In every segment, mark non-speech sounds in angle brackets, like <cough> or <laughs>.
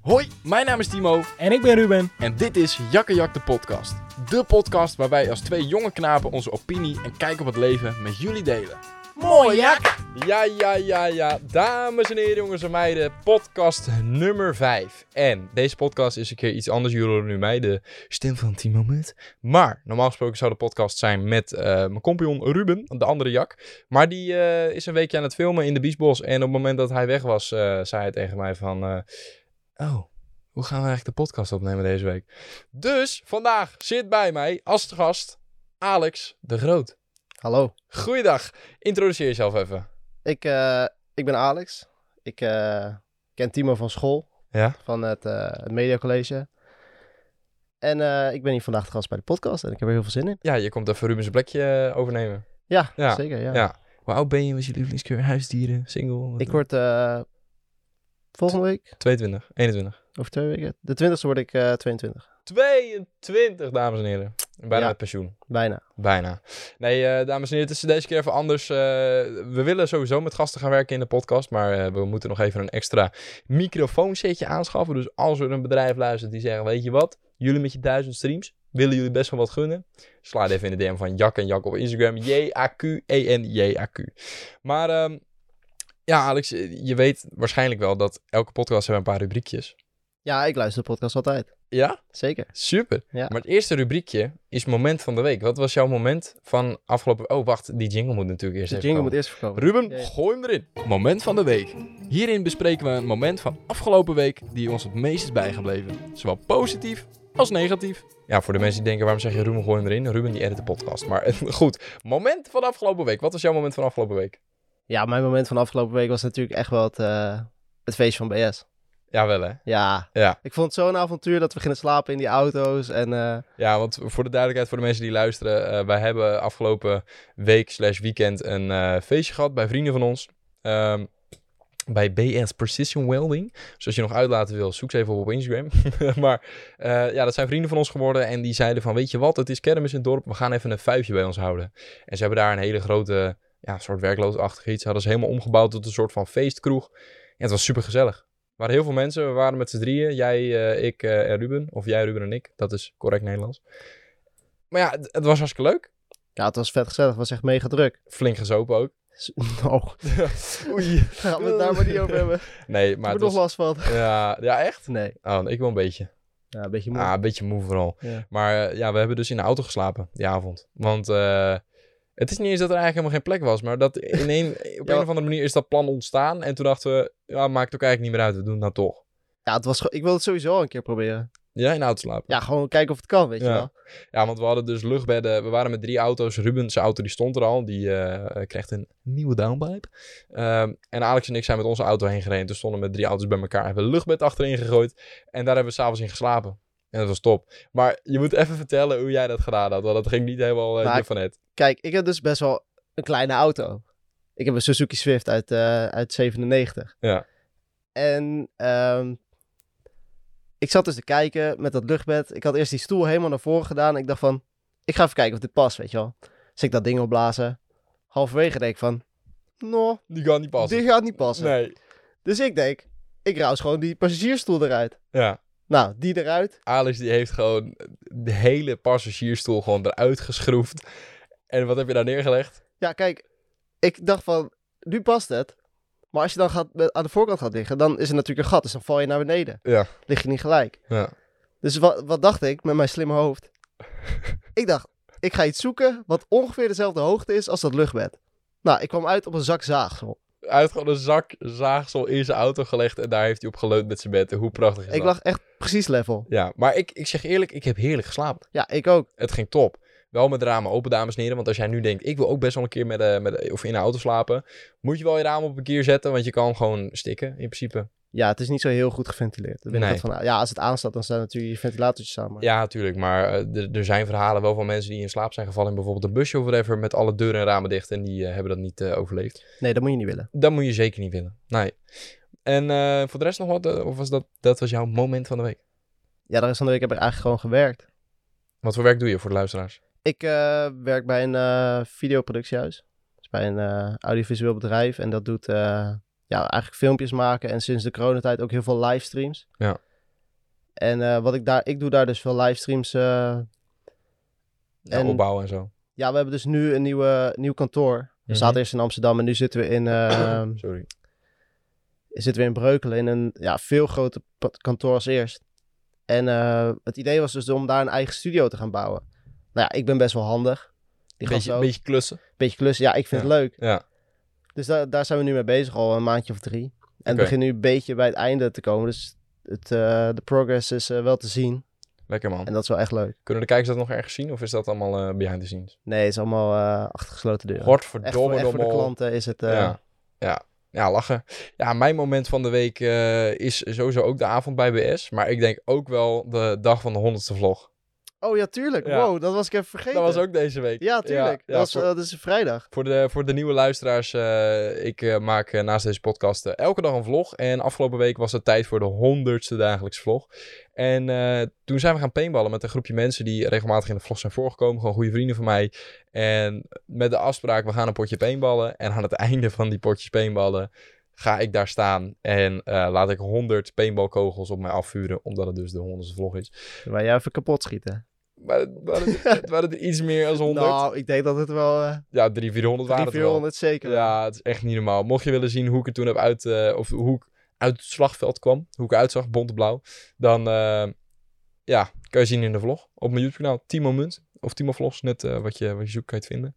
Hoi, mijn naam is Timo En ik ben Ruben. en dit is Jakkejak de podcast. De podcast waar wij als twee jonge knapen onze opinie en kijk op het leven met jullie delen. Mooi jak! Ja, ja, ja, ja. Dames en heren, jongens en meiden, podcast nummer 5. En deze podcast is een keer iets anders. Jullie horen nu mij, de stem van Timo Mut. Maar normaal gesproken zou de podcast zijn met eh, mijn compagnon Ruben, de andere jak. Maar die eh, is een weekje aan het filmen in de Biesbos. En op het moment dat hij weg was, eh, zei hij tegen mij van... eh, oh, hoe gaan we eigenlijk de podcast opnemen deze week? Dus vandaag zit bij mij als gast Alex de Groot. Hallo, Goeiedag. Introduceer jezelf even. ik, eh, ik ben Alex. Ik eh, ken Timo van school, Ja. van het, eh het mediacollege. En eh, ik ben hier vandaag de gast bij de podcast en ik heb er heel veel zin in. Ja, je komt even Ruben's plekje eh, overnemen. Ja, Ja, zeker. Ja. ja. Hoe oud ben je? Wat is je lievelingskleur? Huisdieren? Single? Wat- Ik word eh, volgende week, 22, 21. over twee weken, de 20ste word ik eh, 22. 22, dames en heren. Bijna Ja. met pensioen. Bijna. Bijna. Nee, eh, dames en heren, het is deze keer even anders. Eh, we willen sowieso met gasten gaan werken in de podcast, maar eh, we moeten nog even een extra microfoonsetje aanschaffen. Dus als er een bedrijf luistert die zegt, weet je wat, jullie met je duizend streams, willen jullie best wel wat gunnen? Sla even in de DM van Jak en Jak op Instagram, E J-A-Q-E-N-J-A-Q. Maar ehm, ja, Alex, eh, je weet waarschijnlijk wel dat elke podcast hebben een paar rubriekjes. Ja, ik luister de podcast altijd. Ja, Zeker. super. Ja. Maar het eerste rubriekje is moment van de week. Wat was jouw moment van afgelopen... Oh, wacht. Die jingle moet natuurlijk eerst De even jingle moet komen. eerst voorkomen. Ruben, Ja, ja. gooi hem erin. Moment van de week. Hierin bespreken we een moment van afgelopen week die ons het meest is bijgebleven. Zowel positief als negatief. Ja, voor de mensen die denken, waarom zeg je Ruben, gooi hem erin? Ruben die edit de podcast. Maar <laughs> goed, moment van afgelopen week. Wat was jouw moment van afgelopen week? Ja, mijn moment van afgelopen week was natuurlijk echt wel het, eh, het feest van BS. Jawel hè? Ja. Ja. Ik vond het zo'n avontuur dat we gingen slapen in die auto's en... eh, Ja, want voor de duidelijkheid voor de mensen die luisteren. eh, wij hebben afgelopen week slash weekend een eh, feestje gehad bij vrienden van ons. Ehm, bij BS Precision Welding. Dus als je nog uitlaten wil, zoek ze even op op Instagram. <laughs> maar eh, ja, dat zijn vrienden van ons geworden. En die zeiden van, weet je wat, het is kermis in het dorp. We gaan even een vuifje bij ons houden. En ze hebben daar een hele grote, ja, soort werkloosachtig iets. Hadden ze helemaal omgebouwd tot een soort van feestkroeg. En het was super gezellig. Er waren heel veel mensen. We waren met z'n drieën. Jij, eh, ik eh, en Ruben. Of jij, Ruben en ik. Dat is correct Nederlands. Maar ja, het, het was hartstikke leuk. ja, het was vet gezellig. Het was echt mega druk. Flink gezopen ook. <laughs> Oh, Oei. gaan we het daar maar niet over hebben. <laughs> Nee, Maar <laughs> maar ik het nog was... last van. <laughs> Ja, ja, echt? Nee, Oh, ik wel een beetje. ja, een beetje moe. Ah, een beetje moe vooral. Ja. Maar eh, ja, we hebben dus in de auto geslapen die avond. Want eh, het is niet eens dat er eigenlijk helemaal geen plek was. Maar <laughs> dat in een, op een Ja. of andere manier is dat plan ontstaan. En toen dachten we, ja, maakt ook eigenlijk niet meer uit. We doen dat toch. Ja, het was, ge- ik wil het sowieso al een keer proberen. Ja, in de auto slapen. Ja, gewoon kijken of het kan, weet Ja. je wel. Ja, want we hadden dus luchtbedden. We waren met drie auto's. Ruben, zijn auto, die stond er al. Die eh, eh, kreeg een nieuwe downpipe. Ehm, en Alex en ik zijn met onze auto heen gereden. Toen stonden we met drie auto's bij elkaar. Hebben we een luchtbed achterin gegooid. En daar hebben we s'avonds in geslapen. En dat was top. Maar je moet even vertellen hoe jij dat gedaan had. Want dat ging niet helemaal eh Nou, je van het. Kijk, ik heb dus best wel een kleine auto. Ik heb een Suzuki Swift uit, eh, uit 97. Ja. En ehm, ik zat dus te kijken met dat luchtbed. Ik had eerst die stoel helemaal naar voren gedaan. Ik dacht van, ik ga even kijken of dit past, weet je wel. Dus ik dat ding opblazen. Halverwege denk ik van, nou, Die kan niet passen. dit gaat niet passen. Nee. Dus ik denk, ik ruis gewoon die passagiersstoel eruit. Ja. Nou, die eruit. Alex die heeft gewoon de hele passagiersstoel gewoon eruit geschroefd. En wat heb je daar neergelegd? Ja, kijk, ik dacht van, nu past het. Maar als je dan gaat, met- aan de voorkant gaat liggen, dan is er natuurlijk een gat. Dus dan val je naar beneden. Ja. Lig je niet gelijk. Ja. Dus wat, wat dacht ik met mijn slimme <laughs> hoofd? ik dacht, ik ga iets zoeken wat ongeveer dezelfde hoogte is als dat luchtbed. Nou, ik kwam uit op een zak zaagsel. Hij heeft gewoon een zak zaagsel in zijn auto gelegd. En daar heeft hij op geleund met zijn bed. Hoe prachtig is Ik dat? lag echt precies level. Ja, maar ik, ik zeg eerlijk, ik heb heerlijk geslapen. Ja, ik ook. Het ging top. Wel met de ramen open, dames en heren. Want als jij nu denkt, ik wil ook best wel een keer met, eh, met, of in een auto slapen. Moet je wel je raam op een keer zetten, want je kan gewoon stikken in principe. Ja, het is niet zo heel goed geventileerd. Daar ben ik Nee. wat van, nou, ja, als het aanstaat, dan staan natuurlijk je ventilatortjes aan. Maar... Ja, natuurlijk. Maar eh, er- er zijn verhalen wel van mensen die in slaap zijn gevallen. In bijvoorbeeld een busje of whatever. Met alle deuren en ramen dicht. En die eh, hebben dat niet eh, overleefd. Nee, dat moet je niet willen. Dat moet je zeker niet willen. Nee. En eh, voor de rest nog wat? eh, Of was dat, dat was jouw moment van de week? Ja, de rest van de week heb ik eigenlijk gewoon gewerkt. Wat voor werk doe je voor de luisteraars? Ik eh, werk bij een eh, videoproductiehuis. Dus bij een eh, audiovisueel bedrijf. En dat doet eh, ja, eigenlijk filmpjes maken. En sinds de coronatijd ook heel veel livestreams. Ja. En eh, wat ik daar, ik doe daar dus veel livestreams. eh. Ja, En- opbouwen en zo. Mhm. Ja, we hebben dus nu een nieuwe, nieuw kantoor. We zaten eerst in Amsterdam en nu zitten we in, eh, Sorry. zitten we in Breukelen in een ja, veel groter pa- kantoor als eerst. En eh, het idee was dus om daar een eigen studio te gaan bouwen. Nou ja, ik ben best wel handig. Die gasten Beetje, ook. beetje klussen. beetje klussen. Ja, ik vind Ja. het leuk. Ja. Dus da- daar zijn we nu mee bezig al een maandje of drie. En het Oké. begint nu een beetje bij het einde te komen. Dus het, eh, de progress is eh, wel te zien. Lekker man. En dat is wel echt leuk. Kunnen de kijkers dat nog ergens zien? Of is dat allemaal eh, behind the scenes? Nee, het is allemaal eh achter gesloten deuren. Godverdomme. echt voor, echt voor de dommel. klanten is het... eh, Ja. Ja. ja, lachen. Ja, mijn moment van de week eh, is sowieso ook de avond bij BS. Maar ik denk ook wel de dag van de honderdste vlog. Oh ja, tuurlijk. Ja. Wow, dat was ik even vergeten. Dat was ook deze week. Ja, tuurlijk. ja, dat, was, voor- eh, dat is een vrijdag. Voor de, voor de nieuwe luisteraars, eh, ik eh, maak eh, naast deze podcast eh, elke dag een vlog. En afgelopen week was het tijd voor de honderdste dagelijks vlog. En eh, toen zijn we gaan paintballen met een groepje mensen die regelmatig in de vlog zijn voorgekomen. Gewoon goede vrienden van mij. En met de afspraak, we gaan een potje paintballen. En aan het <laughs> einde van die potjes paintballen ga ik daar staan. En eh, laat ik 100 paintballkogels op mij afvuren, omdat het dus de honderdste vlog is. Waar jij even kapot schieten. Maar het waren, het waren er iets meer dan 100. Nou, ik denk dat het wel... eh Ja, 300, 400 waren het wel. 400 zeker. Ja, het is echt niet normaal. Mocht je willen zien hoe ik er toen heb uit, eh, of hoe ik uit het slagveld kwam, hoe ik eruit zag, bontblauw, dan eh, ja, kan je zien in de vlog op mijn YouTube-kanaal Timo Munt of Timo Vlogs, net eh, wat, je, wat je zoekt kan je het vinden.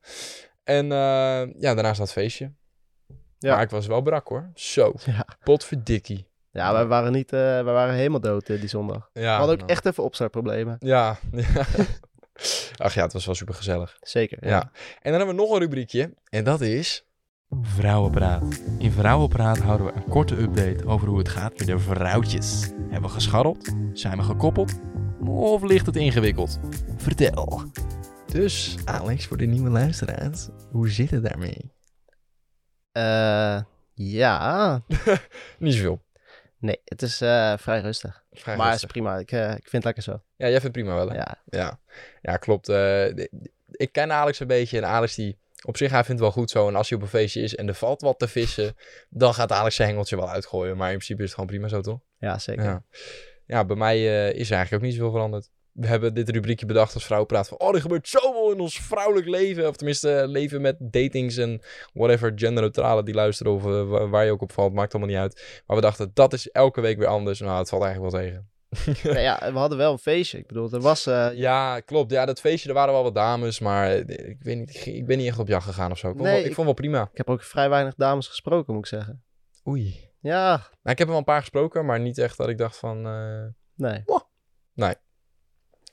En eh, ja, daarnaast dat feestje. Ja. Maar ik was wel brak hoor. Zo, Ja. potverdikkie. Ja, wij waren, niet, eh, wij waren helemaal dood eh, die zondag. Ja, we hadden ook nou. echt even opstartproblemen. Ja, <laughs> ja. Ach ja, het was wel super gezellig. Zeker. Ja. En dan hebben we nog een rubriekje en dat is... Vrouwenpraat. In Vrouwenpraat houden we een korte update over hoe het gaat met de vrouwtjes. Hebben we gescharreld? Zijn we gekoppeld? Of ligt het ingewikkeld? Vertel. Dus, Alex, voor de nieuwe luisteraars, hoe zit het daarmee? Eh, ja. Niet zoveel. Nee, het is eh, vrij rustig. Vrij maar het rustig. is prima. Ik, eh, ik vind het lekker zo. Ja, jij vindt het prima wel, hè? Ja, Ja. ja. klopt. Eh, de- de- ik ken Alex een beetje en Alex die... Op zich, hij vindt het wel goed zo. En als hij op een feestje is en er valt wat te vissen, dan gaat Alex zijn hengeltje wel uitgooien. Maar in principe is het gewoon prima zo, toch? ja, zeker. Ja. ja, bij mij eh, is er eigenlijk ook niet zoveel veranderd. We hebben dit rubriekje bedacht als vrouwen praten van... Oh, er gebeurt zoveel in ons vrouwelijk leven. Of tenminste, eh, leven met datings en whatever, genderneutrale die luisteren. Of eh, wa- waar je ook op valt, maakt allemaal niet uit. Maar we dachten, dat is elke week weer anders. Nou, het valt eigenlijk wel tegen. Nee, ja, we hadden wel een feestje. Ik bedoel, er was... eh, Ja, klopt. Ja, dat feestje, er waren wel wat dames. Maar eh, ik, weet niet, ik ging- ik ben niet echt op jacht gegaan of zo. Ik vond, Nee, wel, ik ik- vond wel prima. ik heb ook vrij weinig dames gesproken, moet ik zeggen. Oei. Ja, Nou, ik heb er wel een paar gesproken, maar niet echt dat ik dacht van... eh, nee.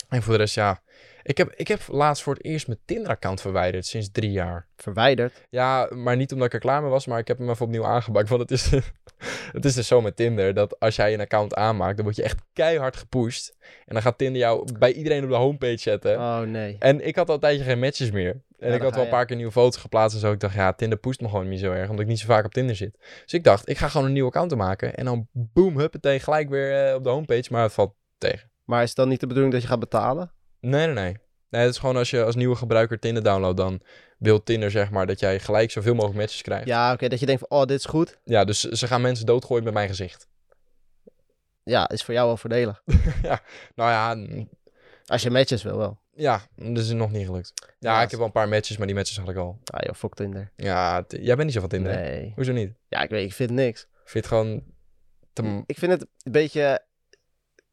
En voor de rest, ja. Ik heb, ik heb laatst voor het eerst mijn Tinder-account verwijderd sinds drie jaar. Verwijderd. Ja, maar niet omdat ik er klaar mee was, maar ik heb hem even opnieuw aangemaakt. Want het is, <laughs> het is dus zo met Tinder dat als jij een account aanmaakt, dan word je echt keihard gepusht. En dan gaat Tinder jou bij iedereen op de homepage zetten. Oh, nee. En ik had al een tijdje geen matches meer. En Ja, ik dan had ga wel een je. paar keer nieuwe foto's geplaatst en zo. Ik dacht, ja, Tinder pusht me gewoon niet zo erg, omdat ik niet zo vaak op Tinder zit. Dus ik dacht, ik ga gewoon een nieuw account maken. En dan boom, huppatee, gelijk weer eh, op de homepage. Maar het valt Maar is het dan niet de bedoeling dat je gaat betalen? Nee, nee, nee. Nee, het is gewoon als je als nieuwe gebruiker Tinder downloadt, dan wil Tinder zeg maar dat jij gelijk zoveel mogelijk matches krijgt. Ja, Ja, oké. dat je denkt van, oh, dit is goed. dus ze gaan mensen doodgooien met mijn gezicht. Ja, is voor jou wel voordelig. Nou ja, mm, Als je matches wil wel. ja, dat is nog niet gelukt. Ja, Ja, ik heb wel een paar matches, maar die matches had ik al. Ah joh, fuck Tinder. Ja, t- jij bent niet zo van Tinder. hè? Nee. Hoezo niet? Ja, ik weet, ik vind niks. Vind je het gewoon te... m- Ik vind het een beetje...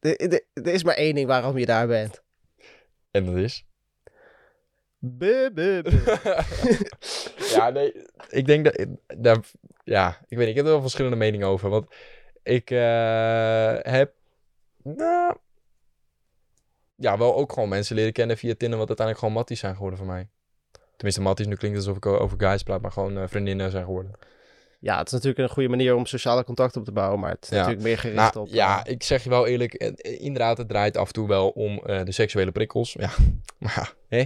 Er- Er er is maar één ding waarom je daar bent. En dat is? Buh, buh, buh. ja, nee. Ik denk dat... dat- ja, ik weet niet. Ik heb er wel verschillende meningen over. Want ik eh, heb... nou, ja, wel ook gewoon mensen leren kennen via Tinder. Wat uiteindelijk gewoon matties zijn geworden voor mij. Tenminste, matties. Nu klinkt het alsof ik o- over guys praat. Maar gewoon eh, vriendinnen zijn geworden. <laughs> Ja, het is natuurlijk een goede manier om sociale contacten op te bouwen, maar het is Ja. natuurlijk meer gericht nou, op... Ja, eh, ik zeg je wel eerlijk. eh, eh, Inderdaad, het draait af en toe wel om eh, de seksuele prikkels. Ja, <laughs> maar ja, hè?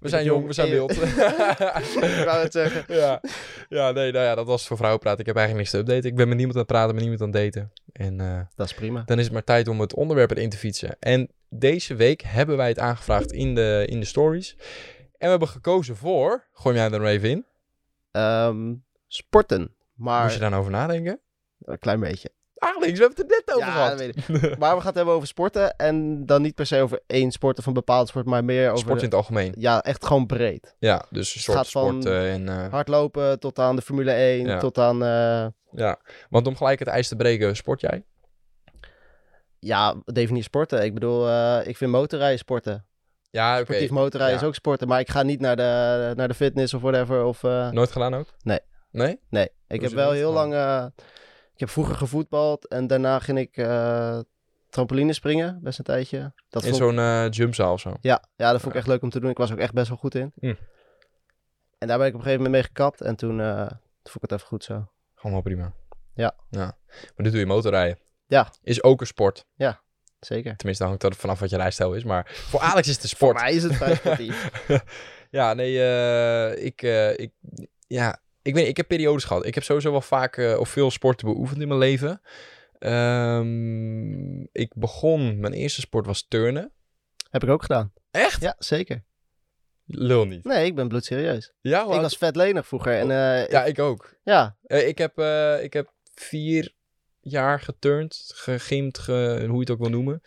We zijn jong, we zijn wild. ik eh, <laughs> wou het zeggen. <laughs> ja. ja, nee, nou ja, dat was het voor vrouwenpraat. Ik heb eigenlijk niks te updaten. Ik ben met niemand aan het praten, met niemand aan het daten. En eh, Dat is prima. dan is het maar tijd om het onderwerp erin te fietsen. En deze week hebben wij het aangevraagd in de, in de stories. En we hebben gekozen voor, gooi jij er maar even in. Ehm, sporten, Moest je maar daarover nou nadenken? Ah, een klein beetje. Alex, we hebben het er net over Ja, gehad. dat <laughs> weet ik. Maar we gaan het hebben over sporten. En dan niet per se over één sport of een bepaald sport, maar meer over... Sport in het algemeen. Ja, echt gewoon breed. Ja, dus een soort gaat van- sport eh, en... eh, Hardlopen tot aan de Formule 1, Ja. tot aan... eh, ja, want om gelijk het ijs te breken, sport jij? ja, definieer sporten. Ik bedoel, eh, ik vind motorrijden sporten. Ja, oké. Sportief motorrijden ja. is ook sporten. Maar ik ga niet naar de, naar de fitness of whatever. Of, eh, Nooit gedaan ook? Nee. Nee? Nee, ik heb Hoezo wel niet? heel Oh. lang... eh, ik heb vroeger gevoetbald en daarna ging ik eh trampoline springen. Best een tijdje. Dat in vond ik- zo'n eh, jumpzaal of zo? Ja, ja, dat vond ik echt leuk om te doen. Ik was ook echt best wel goed in. Hm. En daar ben ik op een gegeven moment mee gekapt. En toen eh, toen vond ik het even goed zo. Allemaal prima. Ja. ja. Maar dit doe je motorrijden. Ja. Is ook een sport. Zeker. Tenminste, hangt dat vanaf wat je rijstijl is. Maar <laughs> voor Alex is het een Voor sport. mij is het vrij <laughs> sportief. ja, nee, eh, ik, eh, ik, ja, ik weet niet, ik heb periodes gehad. Ik heb sowieso wel vaak eh, of veel sporten beoefend in mijn leven. Ehm, ik begon, mijn eerste sport was turnen. heb ik ook gedaan. Echt? Ja, zeker. Lul niet. Nee, ik ben bloedserieus. Ja, Ik Oh, wat? was vet lenig vroeger. En eh, ja ik ook. ja, Eh, ik, heb, eh, ik heb vier jaar geturnd, gegimd, ge- hoe je het ook wil noemen.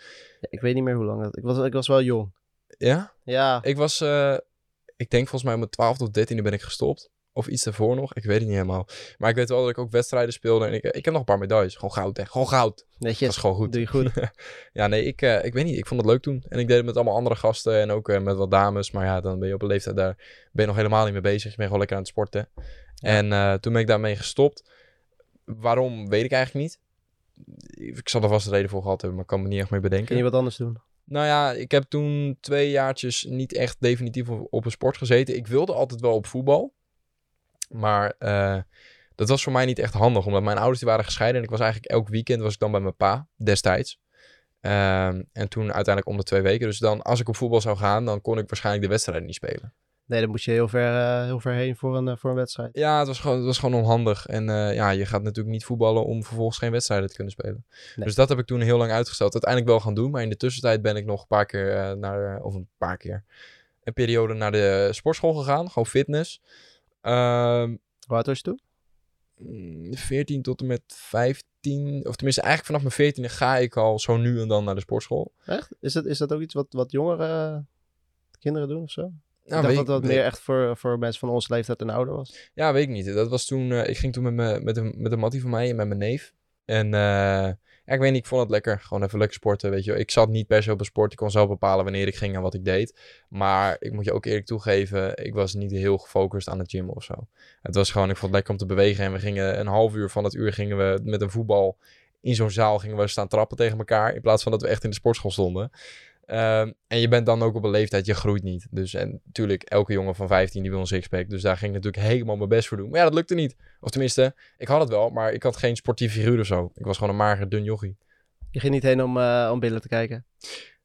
ik weet niet meer hoe lang dat... Ik was, ik was wel jong. Ja? Ja, Ik was, eh, ik denk volgens mij om mijn 12 of 13 ben ik gestopt. Of iets daarvoor nog, ik weet het niet helemaal. Maar ik weet wel dat ik ook wedstrijden speelde. En ik, ik heb nog een paar medailles. Gewoon goud, hè. Gewoon goud. Dat is netjes. gewoon goed. <laughs> Doe je goed. ja, nee, ik, eh, ik weet niet. Ik vond het leuk toen. En ik deed het met allemaal andere gasten en ook eh, met wat dames. Maar ja, dan ben je op een leeftijd daar ben je nog helemaal niet mee bezig. Je bent gewoon lekker aan het sporten. En eh, toen ben ik daarmee gestopt. Waarom, weet ik eigenlijk niet. Ik zal er vast een reden voor gehad hebben, maar ik kan me niet echt meer bedenken. Kun je wat anders doen? Nou ja, ik heb toen twee jaartjes niet echt definitief op, op een sport gezeten. Ik wilde altijd wel op voetbal. Maar eh, dat was voor mij niet echt handig. Omdat mijn ouders die waren gescheiden. En ik was eigenlijk elk weekend was ik dan bij mijn pa destijds. Ehm, en toen uiteindelijk om de twee weken. Dus dan als ik op voetbal zou gaan, dan kon ik waarschijnlijk de wedstrijd niet spelen. Nee, dan moest je heel ver, eh, heel ver heen voor een, eh, voor een wedstrijd. Ja, het was gewoon, het was gewoon onhandig. En eh, ja, je gaat natuurlijk niet voetballen om vervolgens geen wedstrijden te kunnen spelen. Nee. Dus dat heb ik toen heel lang uitgesteld. Uiteindelijk wel gaan doen, maar in de tussentijd ben ik nog een paar keer eh, naar, of een paar keer, een periode naar de sportschool gegaan. Gewoon fitness. Ehm, Hoe oud was je toen? mm, 14 tot en met 15, of tenminste eigenlijk vanaf mijn 14 ga ik al zo nu en dan naar de sportschool. Echt? Is dat, is dat ook iets wat, wat jongere eh, kinderen doen of zo? Nou, ik weet dacht dat dat weet- meer echt voor, voor mensen van onze leeftijd en ouder was. Ja, weet ik niet. Dat was toen. eh, ik ging toen met, me, met, een, met een mattie van mij en met mijn neef. En eh, ja, ik weet niet, ik vond het lekker. Gewoon even lekker sporten, weet je wel. Ik zat niet per se op een sport. Ik kon zelf bepalen wanneer ik ging en wat ik deed. Maar ik moet je ook eerlijk toegeven, ik was niet heel gefocust aan het gym of zo. Het was gewoon, ik vond het lekker om te bewegen. En we gingen een half uur van het uur gingen we met een voetbal in zo'n zaal gingen we staan trappen tegen elkaar. In plaats van dat we echt in de sportschool stonden. Ehm, en je bent dan ook op een leeftijd, je groeit niet. Dus en natuurlijk, elke jongen van 15 die wil een sixpack. Dus daar ging ik natuurlijk helemaal mijn best voor doen. Maar ja, dat lukte niet. Of tenminste, ik had het wel, maar ik had geen sportief figuur of zo. Ik was gewoon een mager, dun jochie. Je ging niet heen om, eh, om billen te kijken.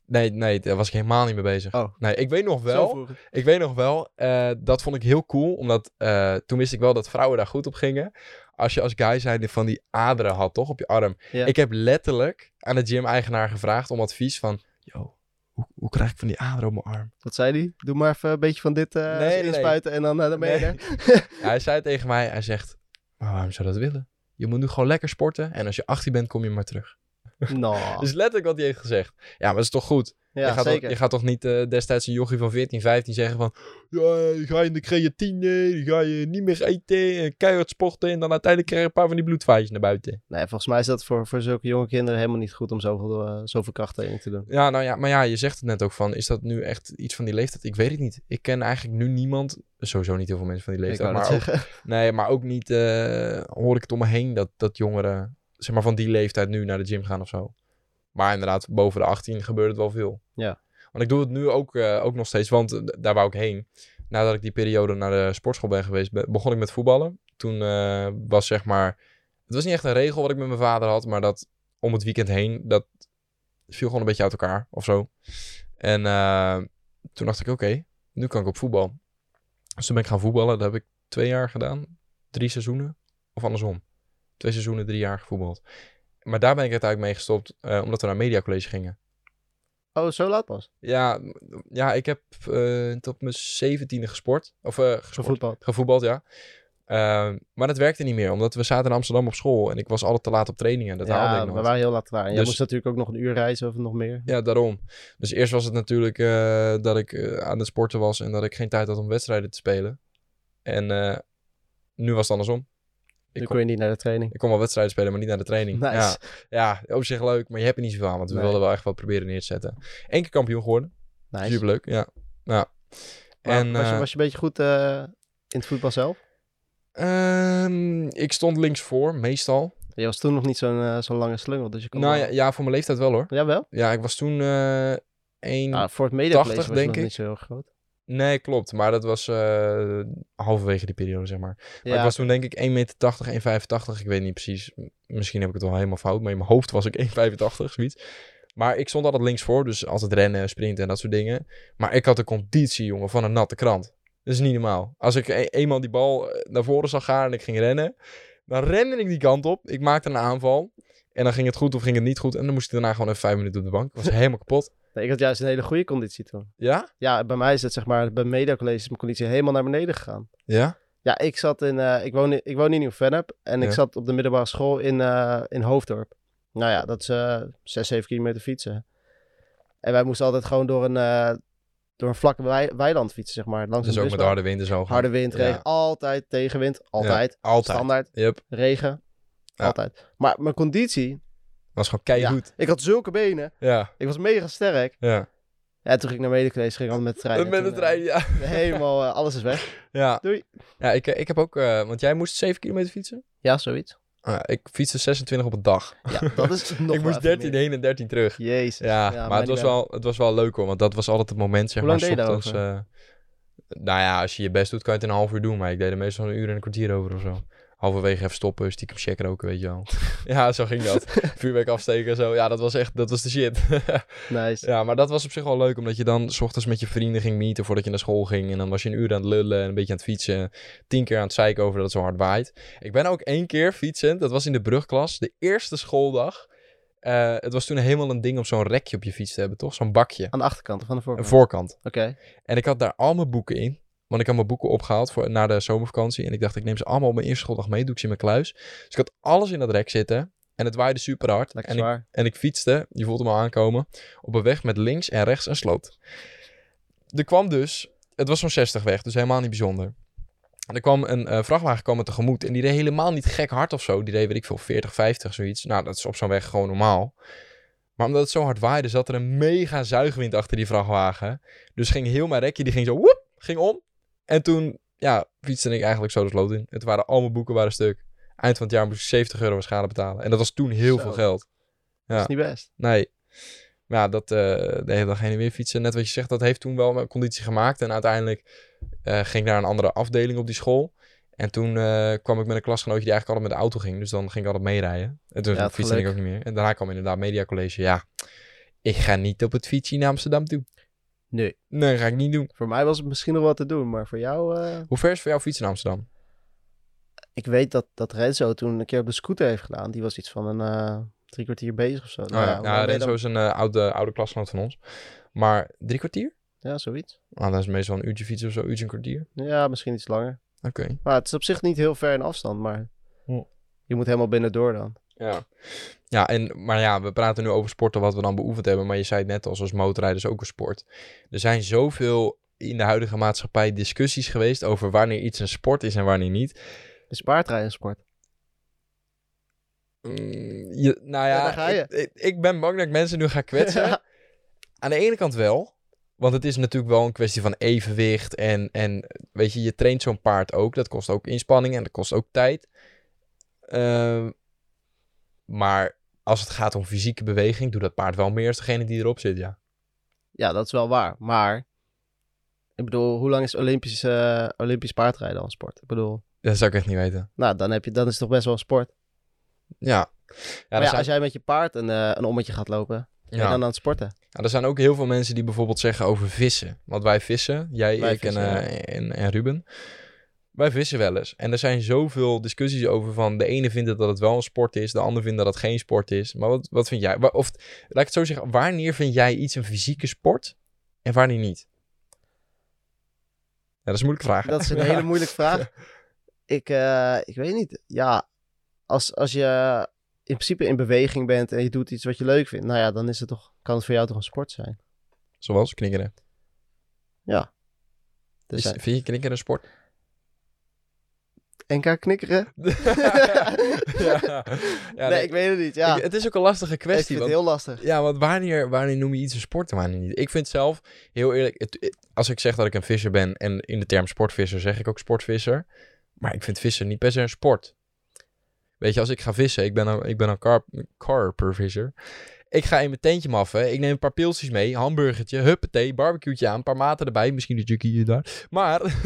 Nee, nee, daar was ik helemaal niet mee bezig. Oh. Nee, ik weet nog Zo wel, vroeg. ik weet nog wel, eh, dat vond ik heel cool. Omdat eh, toen wist ik wel dat vrouwen daar goed op gingen. Als je als guy zijnde van die aderen had, toch, op je arm. Ja. Ik heb letterlijk aan de gym-eigenaar gevraagd om advies van... Yo, hoe, hoe krijg ik van die aderen op mijn arm? Wat zei die? Doe maar even een beetje van dit eh, Nee, nee, nee. inspuiten en dan naar de beneden. <laughs> Ja, hij zei tegen mij, hij zegt, maar waarom zou je dat willen? Je moet nu gewoon lekker sporten en als je 18 bent, kom je maar terug. <laughs> Nou, Dus letterlijk wat hij heeft gezegd. Ja, maar dat is toch goed? je, ja, gaat toch, zeker. je gaat toch niet eh, destijds een jochie van 14, 15 zeggen van... Ja, je ga in de creatine, je ga je niet meer eten, en keihard sporten... en dan uiteindelijk krijg je een paar van die bloedvaatjes naar buiten. Nee, volgens mij is dat voor, voor zulke jonge kinderen helemaal niet goed om zoveel, eh, zoveel krachttraining te doen. Ja, nou ja, maar ja, je zegt het net ook van... is dat nu echt iets van die leeftijd? Ik weet het niet. Ik ken eigenlijk nu niemand, sowieso niet heel veel mensen van die ik leeftijd... wou net maar ook zeggen. Nee, maar ook niet eh, hoor ik het om me heen dat, dat jongeren zeg maar, van die leeftijd nu naar de gym gaan of zo. Maar inderdaad, boven de 18 gebeurt het wel veel. Ja. Want ik doe het nu ook, eh, ook nog steeds, want eh, daar wou ik heen. Nadat ik die periode naar de sportschool ben geweest, be- begon ik met voetballen. Toen eh, was zeg maar, het was niet echt een regel wat ik met mijn vader had, maar dat om het weekend heen, dat viel gewoon een beetje uit elkaar of zo. En eh, toen dacht ik, oké, nu kan ik op voetbal. Dus toen ben ik gaan voetballen, dat heb ik twee jaar gedaan. Drie seizoenen. Of andersom. Twee seizoenen, drie jaar gevoetbald. Maar daar ben ik uiteindelijk mee gestopt, eh, omdat we naar mediacollege gingen. Oh, zo laat pas. Ja, m- ja ik heb eh, tot mijn zeventiende gesport. Of eh, gesport. Zo voetbal. Gevoetbald, ja. Ehm, maar dat werkte niet meer, omdat we zaten in Amsterdam op school en ik was altijd te laat op trainingen. Dat haalde ja, ik nooit. we waren heel laat klaar. En Jij Dus- moest natuurlijk ook nog een uur reizen of nog meer. Ja, daarom. Dus eerst was het natuurlijk eh, dat ik eh, aan het sporten was en dat ik geen tijd had om wedstrijden te spelen. En eh, nu was het andersom. Ik Nu kon, kon je niet naar de training. ik kon wel wedstrijden spelen, maar niet naar de training. Nice. Ja, ja, op zich leuk, maar je hebt er niet zoveel aan, want we Nee. wilden wel echt wat proberen neer te zetten. Eén keer kampioen geworden. nice. Superleuk, ja. ja. Maar En, was, je, eh, was je een beetje goed eh, in het voetbal zelf? ehm, ik stond links voor, meestal. Je was toen nog niet zo'n eh, zo'n lange slungel, dus je kon Nou wel- ja, ja, voor mijn leeftijd wel hoor. Jawel? Ja, ik was toen eh één... Ah, voor het mediaplace 80, was je denk nog ik. niet zo heel groot. Nee, klopt. Maar dat was eh, halverwege die periode, zeg maar. Maar Ja, ik was toen denk ik 1,80 meter, 1,85. Ik weet niet precies. M- Misschien heb ik het wel helemaal fout. Maar in mijn hoofd was ik <laughs> 1,85, zoiets. Maar ik stond altijd links voor. Dus altijd rennen, sprinten en dat soort dingen. Maar ik had de conditie, jongen, van een natte krant. Dat is niet normaal. Als ik e- eenmaal die bal eh, naar voren zag gaan en ik ging rennen. Dan rende ik die kant op. Ik maakte een aanval. En dan ging het goed of ging het niet goed. En dan moest ik daarna gewoon even vijf minuten op de bank. Ik was <laughs> helemaal kapot. Nee, ik had juist een hele goede conditie toen. Ja? Ja, bij mij is het zeg maar, bij mediacollege is mijn conditie helemaal naar beneden gegaan. Ja? Ja, ik zat in, eh, ik woon in, ik woon in Nieuw-Vennep en ik Ja. zat op de middelbare school in, eh, in Hoofddorp. Nou ja, dat is eh 6, 7 kilometer fietsen. En wij moesten altijd gewoon door een, eh, door een vlakke wei- weiland fietsen, zeg maar. Langs Dus een ook met blusbaan. harde wind en zo. harde wind, Ja. regen, altijd tegenwind, altijd. Altijd. Standaard, Yep. regen, Ja. altijd. Maar mijn conditie, was gewoon keihard. ik had zulke benen, Ja. ik was mega sterk. Ja. En toen ging ik naar medicollege, ging ik altijd met de trein. <laughs> En Met de toen, eh, trein, ja. Helemaal, eh, alles is weg. Ja. Doei. Ja, ik, ik heb ook... eh, want jij moest 7 kilometer fietsen? Ja, zoiets. Ah, ik fietste 26 op een <laughs> dag. Ja, dat is nog ik maar moest even 13 meer. heen en 13 terug. Jezus. Ja, maar mij het was, niet meer. wel, het was wel leuk hoor. Want dat was altijd het moment, zeg Hoe lang maar. deed je ochtends, eh, nou ja, als je je best doet, kan je het in een half uur doen. Maar ik deed er meestal een uur en een kwartier over of zo. Halverwege even stoppen, stiekem check roken, weet je wel. <laughs> ja, zo ging <laughs> dat. Vuurwerk afsteken en zo. Ja, dat was echt, dat was de shit. <laughs> Nice. Ja, maar dat was op zich wel leuk, omdat je dan 's ochtends met je vrienden ging meeten voordat je naar school ging. En dan was je een uur aan het lullen en een beetje aan het fietsen. Tien keer aan het zeiken over dat het zo hard waait. Ik ben ook één keer fietsend, dat was in de brugklas, de eerste schooldag. Eh, het was toen helemaal een ding om zo'n rekje op je fiets te hebben, toch? Zo'n bakje. Aan de achterkant of aan Een de voorkant? voorkant. Oké. En ik had daar al mijn boeken in. Want ik had mijn boeken opgehaald voor, na de zomervakantie. En ik dacht, ik neem ze allemaal op mijn eerste schooldag mee. Doe ik ze in mijn kluis. Dus ik had alles in dat rek zitten. En het waaide super hard. Lekker En ik zwaar. en ik fietste, je voelt hem al aankomen, op een weg met links en rechts een sloot. Er kwam dus, het was zo'n 60 weg, dus helemaal niet bijzonder. En Er kwam een eh, vrachtwagen kwam me tegemoet en die reed helemaal niet gek hard of zo. Die reed, weet ik veel, 40, 50, zoiets. Nou, dat is op zo'n weg gewoon normaal. Maar omdat het zo hard waaide, zat er een mega zuigwind achter die vrachtwagen. Dus ging heel mijn rekje, die ging zo, woep, ging om. En toen, ja, fietste ik eigenlijk zo de sloot in. Het waren allemaal boeken, waren stuk. Eind van het jaar moest ik 70 euro aan schade betalen. En dat was toen heel Zo. veel geld. Dat is niet best. Nee. Maar ja, dat eh, de hele dag heen en weer fietsen. Net wat je zegt, dat heeft toen wel mijn conditie gemaakt. En uiteindelijk eh, ging ik naar een andere afdeling op die school. En toen eh, kwam ik met een klasgenootje die eigenlijk altijd met de auto ging. Dus dan ging ik altijd meerijden. En toen Ja, het fietste ik geluk. ook niet meer. En daarna kwam inderdaad mediacollege. Ja, ik ga niet op het fietsje naar Amsterdam toe. Nee. Nee, dat ga ik niet doen. Voor mij was het misschien nog wat te doen, maar voor jou... eh, Hoe ver is voor jou fietsen naar Amsterdam? Ik weet dat, dat Renzo toen een keer op de scooter heeft gedaan. Die was iets van een eh, drie kwartier bezig of zo. Nou, ja, hoe nou, lang ben je Renzo dan- is een eh, oude, oude klasgenoot van ons. Maar drie kwartier? Ja, zoiets. Nou, dat is meestal een uurtje fietsen of zo, uurtje een kwartier. Ja, misschien iets langer. Oké. Maar het is op zich niet heel ver in afstand, maar... Ja. Je moet helemaal binnendoor dan. Ja. Ja, en, maar ja, we praten nu over sporten wat we dan beoefend hebben. Maar je zei het net al, zoals motorrijden is ook een sport. Er zijn zoveel in de huidige maatschappij discussies geweest over wanneer iets een sport is en wanneer niet. Is paardrijden een sport? Mm, je, nou ja, Ja, daar ga je. Ik, ik, ik ben bang dat ik mensen <laughs> nu ga kwetsen. Ja. Aan de ene kant wel. Want het is natuurlijk wel een kwestie van evenwicht. En, en weet je, je traint zo'n paard ook. Dat kost ook inspanning en dat kost ook tijd. Ehm, maar als het gaat om fysieke beweging, doet dat paard wel meer als degene die erop zit, ja. Ja, dat is wel waar. Maar, ik bedoel, hoe lang is Olympisch, eh, Olympisch paardrijden al een sport? Ik bedoel, Dat zou ik echt niet weten. nou, dan, heb je, dan is het toch best wel een sport. Ja. Ja, maar er, ja, zijn, als jij met je paard een, eh, een ommetje gaat lopen, ben je ja. dan aan het sporten? Ja, er zijn ook heel veel mensen die bijvoorbeeld zeggen over vissen. Want wij vissen, jij, Wij ik vissen, en, eh, en, en Ruben. Wij vissen wel eens. En er zijn zoveel discussies over van... de ene vindt het dat het wel een sport is... de ander vindt dat het geen sport is. Maar wat, wat vind jij? Wa- Of laat ik het zo zeggen... wanneer vind jij iets een fysieke sport... en wanneer niet? Ja, dat is een moeilijke vraag. hè? <laughs> Dat is een Ja. hele moeilijke vraag. ik, eh, ik weet niet. Ja, als, als je in principe in beweging bent en je doet iets wat je leuk vindt, nou ja, dan is het toch, kan het voor jou toch een sport zijn. Zoals knikkeren. Dus Is- eh, vind je knikkeren een <laughs> sport? <laughs> NK knikkeren? <laughs> ja. Ja, nee, ik weet het niet. Ja, Ik- het is ook een lastige ik kwestie. vind het want- heel lastig. Ja, want wanneer, wanneer noem je iets een sport en wanneer niet? Ik vind zelf, heel eerlijk, het- het- als ik zeg dat ik een visser ben en in de term sportvisser zeg ik ook sportvisser. Maar ik vind vissen niet per se een sport. Weet je, als ik ga vissen, ik ben een, ik ben een carp, carpervisser. Ik ga in mijn tentje maffen, ik neem een paar pilsjes mee, hamburgertje, huppatee, barbecueetje aan, een paar maten erbij, misschien een jukkie hier en daar. Maar, <laughs>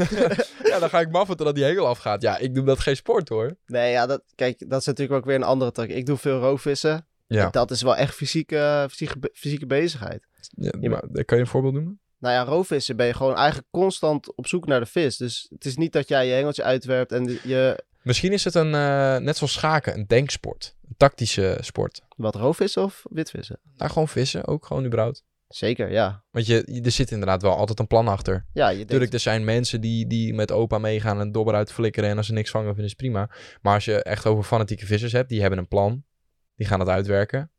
ja, dan ga ik maffen totdat die hengel afgaat. Ja, ik noem dat geen sport hoor. Nee, ja, dat, kijk, dat is natuurlijk ook weer een andere tak. Ik doe veel roofvissen. Ja, Dat is wel echt fysieke, fysieke, be- fysieke bezigheid. ja maar, kan je een voorbeeld noemen? Nou ja, roofvissen ben je gewoon eigenlijk constant op zoek naar de vis. Dus het is niet dat jij je hengeltje uitwerpt en je... Misschien is het een, eh, net zoals schaken, een denksport. Een tactische sport. Wat, roofvissen of witvissen? Nou, gewoon vissen, ook gewoon überhaupt. Zeker, ja. Want je, je- er zit inderdaad wel altijd een plan achter. Ja, je denkt... Tuurlijk, er zijn mensen die, die met opa meegaan en dobber uit flikkeren. En als ze niks vangen, vinden ze het prima. Maar als je echt over fanatieke vissers hebt, die hebben een plan. Die gaan dat uitwerken.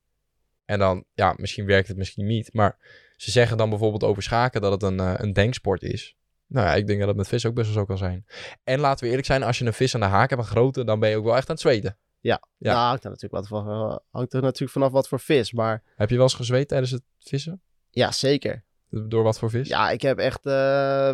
En dan, ja, misschien werkt het, misschien niet. Maar ze zeggen dan bijvoorbeeld over schaken dat het een, eh, een denksport is. Nou ja, ik denk dat het met vis ook best wel zo kan zijn. En laten we eerlijk zijn, als je een vis aan de haak hebt, een grote, dan ben je ook wel echt aan het zweten. ja. Nou, hangt er, natuurlijk wat van, hangt er natuurlijk vanaf wat voor vis. Maar Heb je wel eens gezweet tijdens het vissen? ja, zeker. Door wat voor vis? Ja, ik heb echt eh,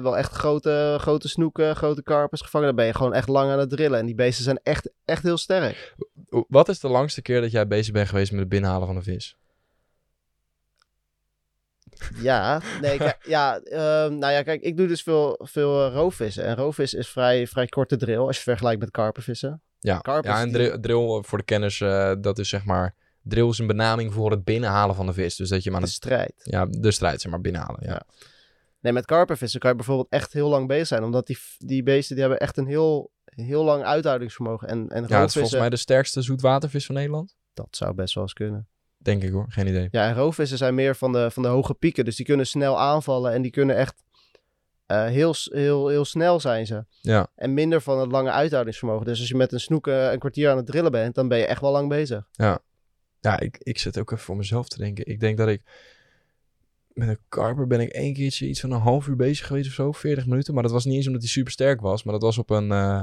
wel echt grote, grote snoeken, grote karpers gevangen. Dan ben je gewoon echt lang aan het drillen. En die beesten zijn echt, echt heel sterk. O- Wat is de langste keer dat jij bezig bent geweest met het binnenhalen van een vis? Ja, <laughs> nee, kijk, ja, ehm, nou ja, kijk, ik doe dus veel, veel eh, roofvissen. En roofvis is vrij, vrij korte drill als je vergelijkt met karpervissen. Ja, Karpers ja en die- drill, drill eh, voor de kennis, eh, dat is zeg maar... Drill is een benaming voor het binnenhalen van de vis. Dus dat je hem aan De het, strijd. ja, de strijd, zeg maar, binnenhalen. Ja. Ja. Nee, met karpervissen kan je bijvoorbeeld echt heel lang bezig zijn. Omdat die, f- die beesten, die hebben echt een heel, heel lang uithoudingsvermogen. En, en Ja, het is roofvissen, volgens mij de sterkste zoetwatervis van Nederland. dat zou best wel eens kunnen. Denk ik hoor, geen idee. Ja, en roofvissen zijn meer van de, van de hoge pieken. Dus die kunnen snel aanvallen en die kunnen echt eh, heel, s- heel, heel snel zijn ze. Ja. En minder van het lange uithoudingsvermogen. Dus als je met een snoek eh, een kwartier aan het drillen bent, dan ben je echt wel lang bezig. Ja, ik, ik zit ook even voor mezelf te denken. Ik denk dat ik... Met een karper ben ik één keertje iets van een half uur bezig geweest of zo. 40 minuten. Maar dat was niet eens omdat hij super sterk was. Maar dat was op een, eh,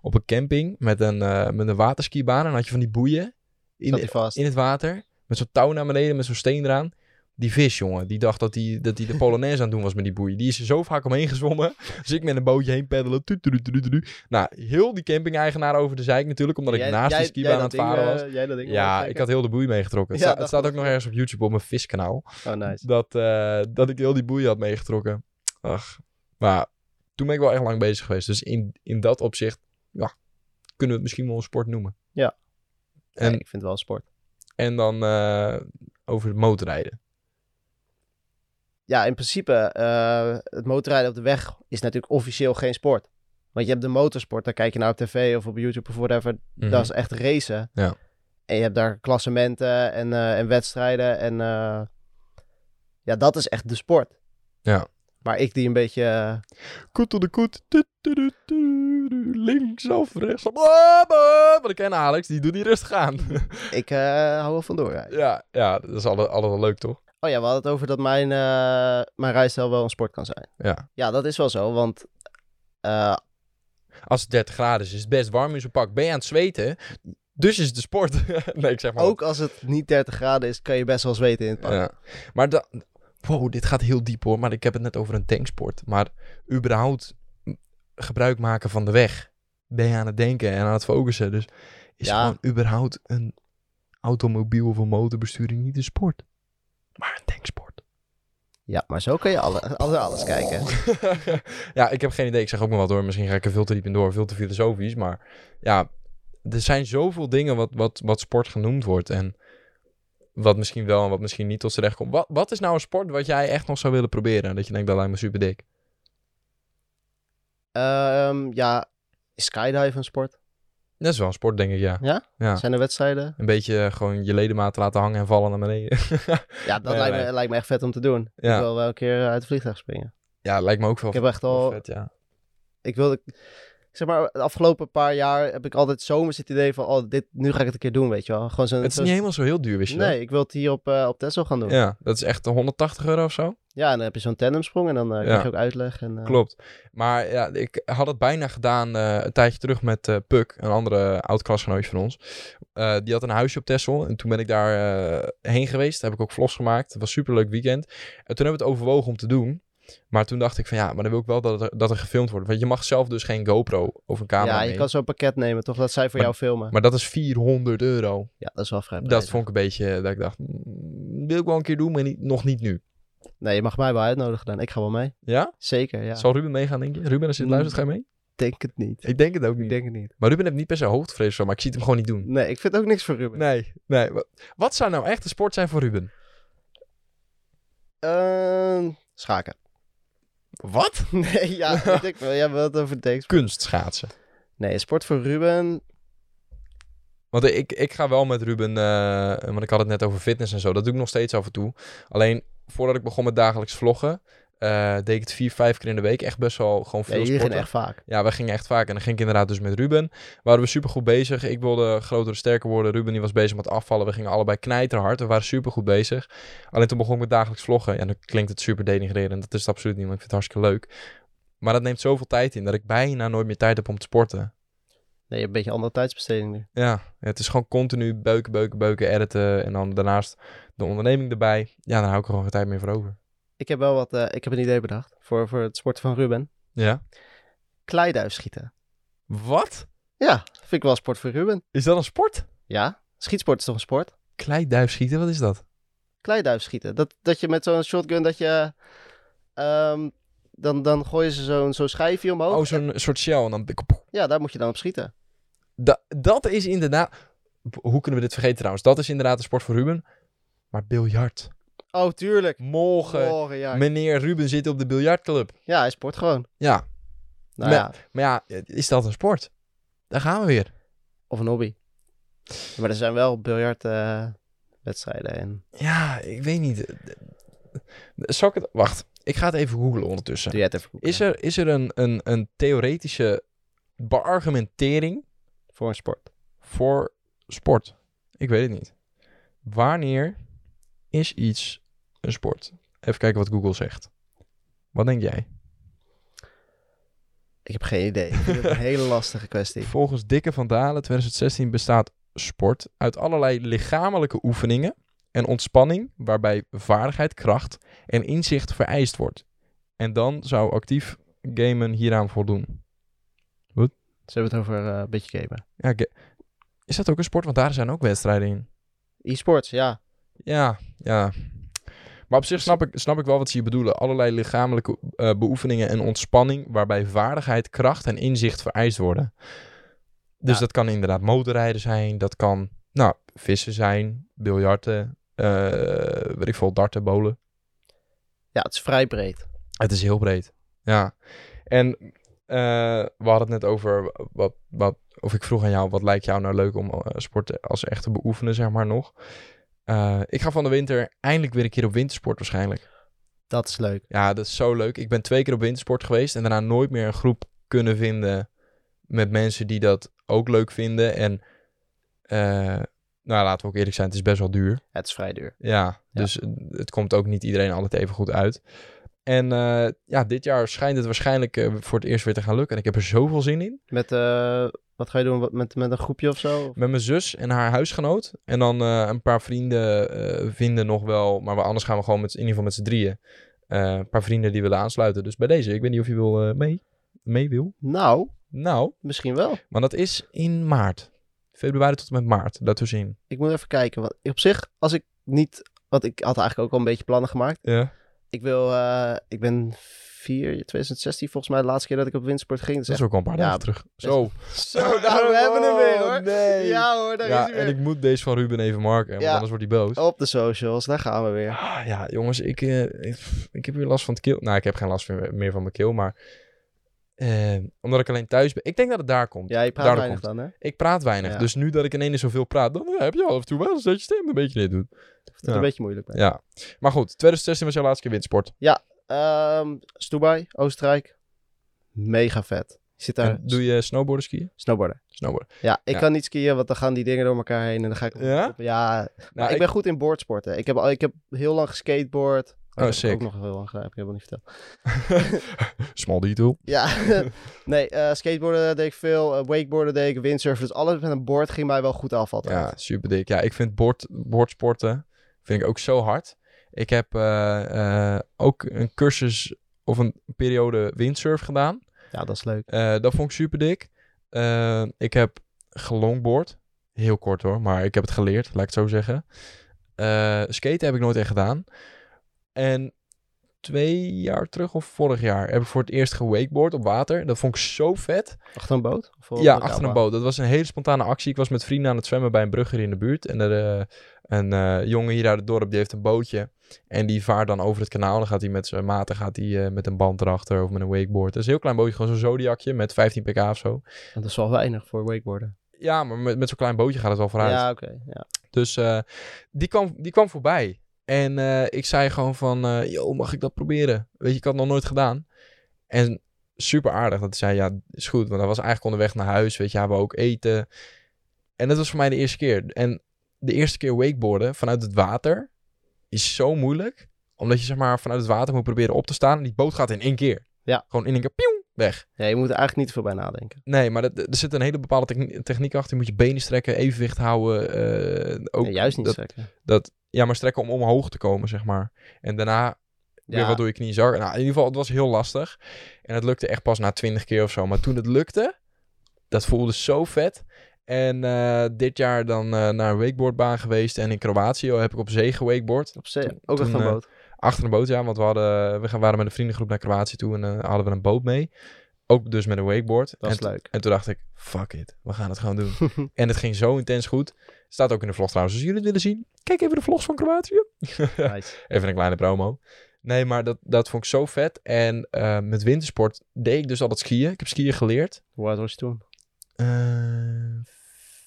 op een camping met een, eh met een waterskibaan. En dan had je van die boeien in, Zat die vast. in het water. Met zo'n touw naar beneden, met zo'n steen eraan. Die vis, jongen, die dacht dat hij dat die de Polonaise aan het doen was met die boeien. Die is er zo vaak omheen gezwommen. <laughs> Dus ik met een bootje heen peddelen. Tuut, tuut, tuut, tuut, tuut. Nou, heel die camping-eigenaar over de zeik natuurlijk. Omdat ik naast die skibaan aan het varen eh, was. Ja, ik had heel de boei meegetrokken. Het, Ja, sta- dat het staat dacht ook nog ergens op YouTube op mijn viskanaal. Oh, nice. Dat, eh, dat ik heel die boei had meegetrokken. Ach. Maar toen ben ik wel echt lang bezig geweest. Dus in, in dat opzicht, ja, kunnen we het misschien wel een sport noemen. Ja. En, Ja, ik vind het wel een sport. en dan eh, over het motorrijden. Ja, in principe, eh, het motorrijden op de weg is natuurlijk officieel geen sport. Want je hebt de motorsport, daar kijk je naar op tv of op YouTube of whatever. Dat is echt racen. Mhm. Ja. En je hebt daar klassementen en, eh, en wedstrijden. En eh, ja, dat is echt de sport. Ja. Maar ik die een beetje... eh, Koet tot de koet. Tu, tu, tu, tu, tu. Linksaf, rechtsaf. Bla, bla. Maar ik ken Alex, die doet die rustig aan. ik eh, hou wel van <laughs> doorrijden. ja, ja, dat is altijd, altijd wel leuk, toch? Oh ja, we hadden het over dat mijn, eh mijn rijstijl wel een sport kan zijn. Ja. Ja, dat is wel zo, want... eh, Als het 30 graden is, is het best warm in zo'n pak. Ben je aan het zweten? Dus is het de sport. <laughs> nee, ik zeg maar. Ook als het niet 30 graden is, kan je best wel zweten in het pak. Ja. Maar da- wow, dit gaat heel diep hoor. Maar ik heb het net over een tanksport. Maar überhaupt m, gebruik maken van de weg. Ben je aan het denken en aan het focussen. Dus is Ja. gewoon überhaupt een automobiel of een motorbesturing niet een sport. Maar een tanksport. Ja, maar zo kan je alle, alle, alles kijken. <laughs> ja, ik heb geen idee. Ik zeg ook maar wat hoor. Misschien ga ik er veel te diep in door. Veel te filosofisch. Maar ja, er zijn zoveel dingen wat, wat, wat sport genoemd wordt. En wat misschien wel en wat misschien niet tot z'n recht komt. Wat, wat is nou een sport wat jij echt nog zou willen proberen? Dat je denkt, dat lijkt me super dik. Ehm, ja, is skydive een sport? Dat is wel een sport, denk ik, ja. Ja? Ja. Zijn er wedstrijden? Een beetje eh, gewoon je ledematen laten hangen en vallen naar beneden. <laughs> Ja, dat Nee, lijkt, nee. Me, lijkt me echt vet om te doen. Ik ja. wil wel een keer eh, uit het vliegtuig springen. ja, lijkt me ook wel Ik heb echt wel al... vet, ja. Ik wilde... zeg maar, de afgelopen paar jaar heb ik altijd zomers het idee van, oh, dit, nu ga ik het een keer doen, weet je wel. Gewoon zo'n... Het is zo'n- niet helemaal zo heel duur, wist je dat? Nee, ik wil het hier op, eh, op Tesla gaan doen. Ja. Ja, dat is echt 180 euro of zo. en dan heb je zo'n tandemsprong en dan eh, Ja. krijg je ook uitleg. En, eh, Klopt. Maar ja, ik had het bijna gedaan eh, een tijdje terug met eh, Puk, een andere oud-klasgenootje van ons. Eh, die had een huisje op Texel en toen ben ik daar eh, heen geweest. Daar heb ik ook vlogs gemaakt. Het was een superleuk weekend. En toen hebben we het overwogen om te doen. Maar toen dacht ik van ja, maar dan wil ik wel dat er, dat er gefilmd wordt. Want je mag zelf dus geen GoPro of een camera ja, je mee. kan zo'n pakket nemen, toch? Dat zij voor Maar- jou filmen. Maar dat is 400 euro. ja, dat is wel vrij Dat prijzig. vond ik een beetje, eh, dat ik dacht, mm, wil ik wel een keer doen, maar niet, nog niet nu. Nee, je mag mij wel uitnodigen dan. Ik ga wel mee. Ja? Zeker, ja. Zal Ruben meegaan, denk je? Ruben, als je het Mm. luistert, ga je mee? Denk het niet. Ik denk het ook Ik niet. denk het niet. Maar Ruben heeft niet per se hoogtevrees of zo, maar ik zie het hem gewoon niet doen. Nee, ik vind ook niks voor Ruben. Nee, nee. Wa- Wat zou nou echt een sport zijn voor Ruben? Ehm, schaken. Wat? <laughs> Nee, ja, weet ik wel. Jij wil het over deks. Kunst schaatsen. Nee, sport voor Ruben. Want ik, ik ga wel met Ruben, eh, want ik had het net over fitness en zo. Dat doe ik nog steeds af en toe. Alleen voordat ik begon met dagelijks vloggen, eh, deed ik het vier, vijf keer in de week. Echt best wel gewoon Ja, veel jullie gaan sporten. echt vaak. Ja, we gingen echt vaak. En dan ging ik inderdaad dus met Ruben. Waren we supergoed bezig. Ik wilde groter, sterker worden. Ruben die was bezig met afvallen. We gingen allebei knijterhard. We waren supergoed bezig. Alleen toen begon ik met dagelijks vloggen. En dan klinkt het super denigrerend. Dat is het absoluut niet, want ik vind het hartstikke leuk. Maar dat neemt zoveel tijd in dat ik bijna nooit meer tijd heb om te sporten. Nee, je hebt een beetje andere tijdsbesteding nu. Ja, het is gewoon continu beuken, beuken, beuken, editen. En dan daarnaast de onderneming erbij. Ja, dan hou ik er gewoon geen tijd meer voor over. Ik heb wel wat, eh, ik heb een idee bedacht voor, voor het sporten van Ruben. Ja. Kleiduif schieten. Wat? Ja, vind ik wel sport voor Ruben. Is dat een sport? Ja, schietsport is toch een sport? Kleiduif schieten, wat is dat? Kleiduif schieten. Dat, dat je met zo'n shotgun dat je, ehm, dan, dan gooien ze zo'n zo'n schijfje omhoog. Oh, zo'n soort shell. En dan Ja, daar moet je dan op schieten. Da- dat is inderdaad. B- Hoe kunnen we dit vergeten trouwens? Dat is inderdaad een sport voor Ruben. Maar biljart. Oh, tuurlijk. Morgen. Morgen, Oh, ja. Meneer Ruben zit op de biljartclub. Ja, hij sport gewoon. Ja, Nou Nee. ja, maar ja, eh, is dat een sport? Daar gaan we weer. of een hobby. Maar er zijn wel biljartwedstrijden en Ja, ik weet niet. Eh, Zal ik het. Wacht, ik ga het even googlen ondertussen. doe jij het even googlen. Is er, is er een, een, een theoretische beargumentering voor een sport. voor sport? Ik weet het niet. Wanneer is iets een sport? Even kijken wat Google zegt. Wat denk jij? Ik heb geen idee. Ik vind <laughs> het een hele lastige kwestie. Volgens Dikke van Dalen 2016 bestaat sport uit allerlei lichamelijke oefeningen en ontspanning, waarbij vaardigheid, kracht en inzicht vereist wordt. En dan zou actief gamen hieraan voldoen. Ze hebben het over eh, een beetje gamen. Ja, ga- is dat ook een sport? Want daar zijn ook wedstrijden in. E-sports, ja. Ja, ja. Maar op zich snap ik, snap ik wel wat ze hier bedoelen. Allerlei lichamelijke eh, beoefeningen en ontspanning, waarbij vaardigheid, kracht en inzicht vereist worden. Dus Ja. dat kan inderdaad motorrijden zijn, dat kan, nou, vissen zijn, biljarten, eh weet ik veel, darten, bolen. Ja, het is vrij breed. Het is heel breed. Ja. En eh, we hadden het net over wat, wat, of ik vroeg aan jou, wat lijkt jou nou leuk om eh, sporten als echt te beoefenen, zeg maar nog. Eh, ik ga van de winter eindelijk weer een keer op wintersport waarschijnlijk. Dat is leuk. Ja, dat is zo leuk. Ik ben twee keer op wintersport geweest en daarna nooit meer een groep kunnen vinden met mensen die dat ook leuk vinden. En eh, nou, laten we ook eerlijk zijn, het is best wel duur. Het is vrij duur. Ja, Ja. dus eh, het komt ook niet iedereen altijd even goed uit. En eh, ja, dit jaar schijnt het waarschijnlijk eh, voor het eerst weer te gaan lukken. En ik heb er zoveel zin in. Met, eh, wat ga je doen? Wat- Met, met een groepje of zo? Of- Met mijn zus en haar huisgenoot. En dan eh, een paar vrienden eh, vinden nog wel. Maar we, anders gaan we gewoon met, in ieder geval met z'n drieën. Eh, een paar vrienden die willen aansluiten. Dus bij deze, ik weet niet of je wil, eh, mee, mee wil. Nou, Nou, misschien wel. maar dat is in maart. Februari tot en met maart, daartussenin. Ik moet even kijken. Want op zich, als ik niet... Want ik had eigenlijk ook al een beetje plannen gemaakt. Ja. Ik wil... eh, ik ben 4 2016 volgens mij de laatste keer dat ik op windsport ging. Dus Dat is ook al een paar Ja, dagen terug. Zo. Zo, <laughs> nou, we hebben hem weer, hoor. Nee. Ja, Ja hoor, daar is hij en weer. ik moet deze van Ruben even marken, want Ja. Oh, anders wordt hij boos. Op de socials, daar gaan we weer. Ah, ja, jongens, ik, eh, ik, pff, ik heb weer last van het keel. Nou, ik heb geen last meer, meer van mijn keel, maar... eh, omdat ik alleen thuis ben. Ik denk dat het daar komt. Ja, je praat Daardoor weinig komt. dan, hè? Ik praat weinig. Ja. Dus nu dat ik ineens zoveel praat, dan eh, heb je af en toe wel eens dat je stem een beetje dit doet. Of het Ja. een beetje moeilijk bent. Ja. Maar goed, 2016 was jouw laatste keer windsport. Ehm Stubai, Oostenrijk. Mega vet. Je zit daar En doe je snowboarden skiën? snowboarden. Snowboarden. Ja, ik Ja. kan niet skiën, want dan gaan die dingen door elkaar heen en dan ga ik... Ja? Ja, maar Nou, ik, ben goed in boardsporten. Ik heb, al- ik heb heel lang geskateboard. Oh, ik heb sick. ook nog heel lang gedaan, heb ik helemaal niet verteld. Small detail. Ja, <laughs> nee, eh, skateboarden deed ik veel, eh, wakeboarden deed ik, windsurfen. Dus alles met een board ging mij wel goed af altijd. Ja, super dik. Ja, ik vind board, boardsporten vind ik ook zo hard. Ik heb eh, eh, ook een cursus of een periode windsurf gedaan. Ja, dat is leuk. Eh, dat vond ik super dik. Eh, ik heb gelongboard. Heel kort hoor, maar ik heb het geleerd, laat ik het zo zeggen. Eh skaten heb ik nooit echt gedaan. En twee jaar terug of vorig jaar heb ik voor het eerst gewakeboard op water. Dat vond ik zo vet. Achter een boot? Of eh, op Ja, een achter een kabel? boot. Dat was een hele spontane actie. Ik was met vrienden aan het zwemmen bij een brug hier in de buurt. En er, eh, een eh, jongen hier uit het dorp, die heeft een bootje. En die vaart dan over het kanaal. Dan gaat hij met zijn maten gaat hij, eh, met een band erachter of met een wakeboard. Dat is een heel klein bootje, gewoon zo'n zodiacje met 15 pk of zo. Dat is wel weinig voor wakeboarden. Ja, maar met, met zo'n klein bootje gaat het wel vooruit. Ja, oké. ja. Dus eh, die, kwam, die kwam voorbij. En eh, ik zei gewoon van, eh yo, mag ik dat proberen? Weet je, ik had het nog nooit gedaan. En super aardig dat hij zei, ja, is goed. Want hij was eigenlijk onderweg naar huis, weet je, hij wou ook eten. En dat was voor mij de eerste keer. En de eerste keer wakeboarden vanuit het water is zo moeilijk. Omdat je zeg maar vanuit het water moet proberen op te staan. En die boot gaat in één keer. Ja. Gewoon in één keer, pioen, weg. Ja, je moet er eigenlijk niet veel bij nadenken. Nee, maar dat, er zit een hele bepaalde techni- techniek achter. Je moet je benen strekken, evenwicht houden. eh, ook Nee, juist niet dat- trekken. ja, maar strekken om omhoog te komen, zeg maar. En daarna weer Ja. wat door je knie zakken. Nou, in ieder geval, het was heel lastig. En het lukte echt pas na twintig keer of zo. Maar toen het lukte, dat voelde zo vet. En eh, dit jaar dan eh, naar een wakeboardbaan geweest. En in Kroatië heb ik op zee gewakeboard. Op zee, Toen- ook toen, achter een eh, boot. Achter een boot, ja. Want we, hadden, we gaan- waren met een vriendengroep naar Kroatië toe. En eh, hadden we een boot mee. Ook dus met een wakeboard. Dat en, is <laughs> leuk. en toen dacht ik, fuck it. We gaan het gewoon doen. <laughs> en het ging zo intens goed. Staat ook in de vlog trouwens. Als jullie het willen zien, kijk even de vlogs van Kroatië. <laughs> Nice. Even een kleine promo. Nee, maar dat, dat vond ik zo vet. En eh, met wintersport deed ik dus altijd skiën. Ik heb skiën geleerd. Hoe oud was je toen? Eh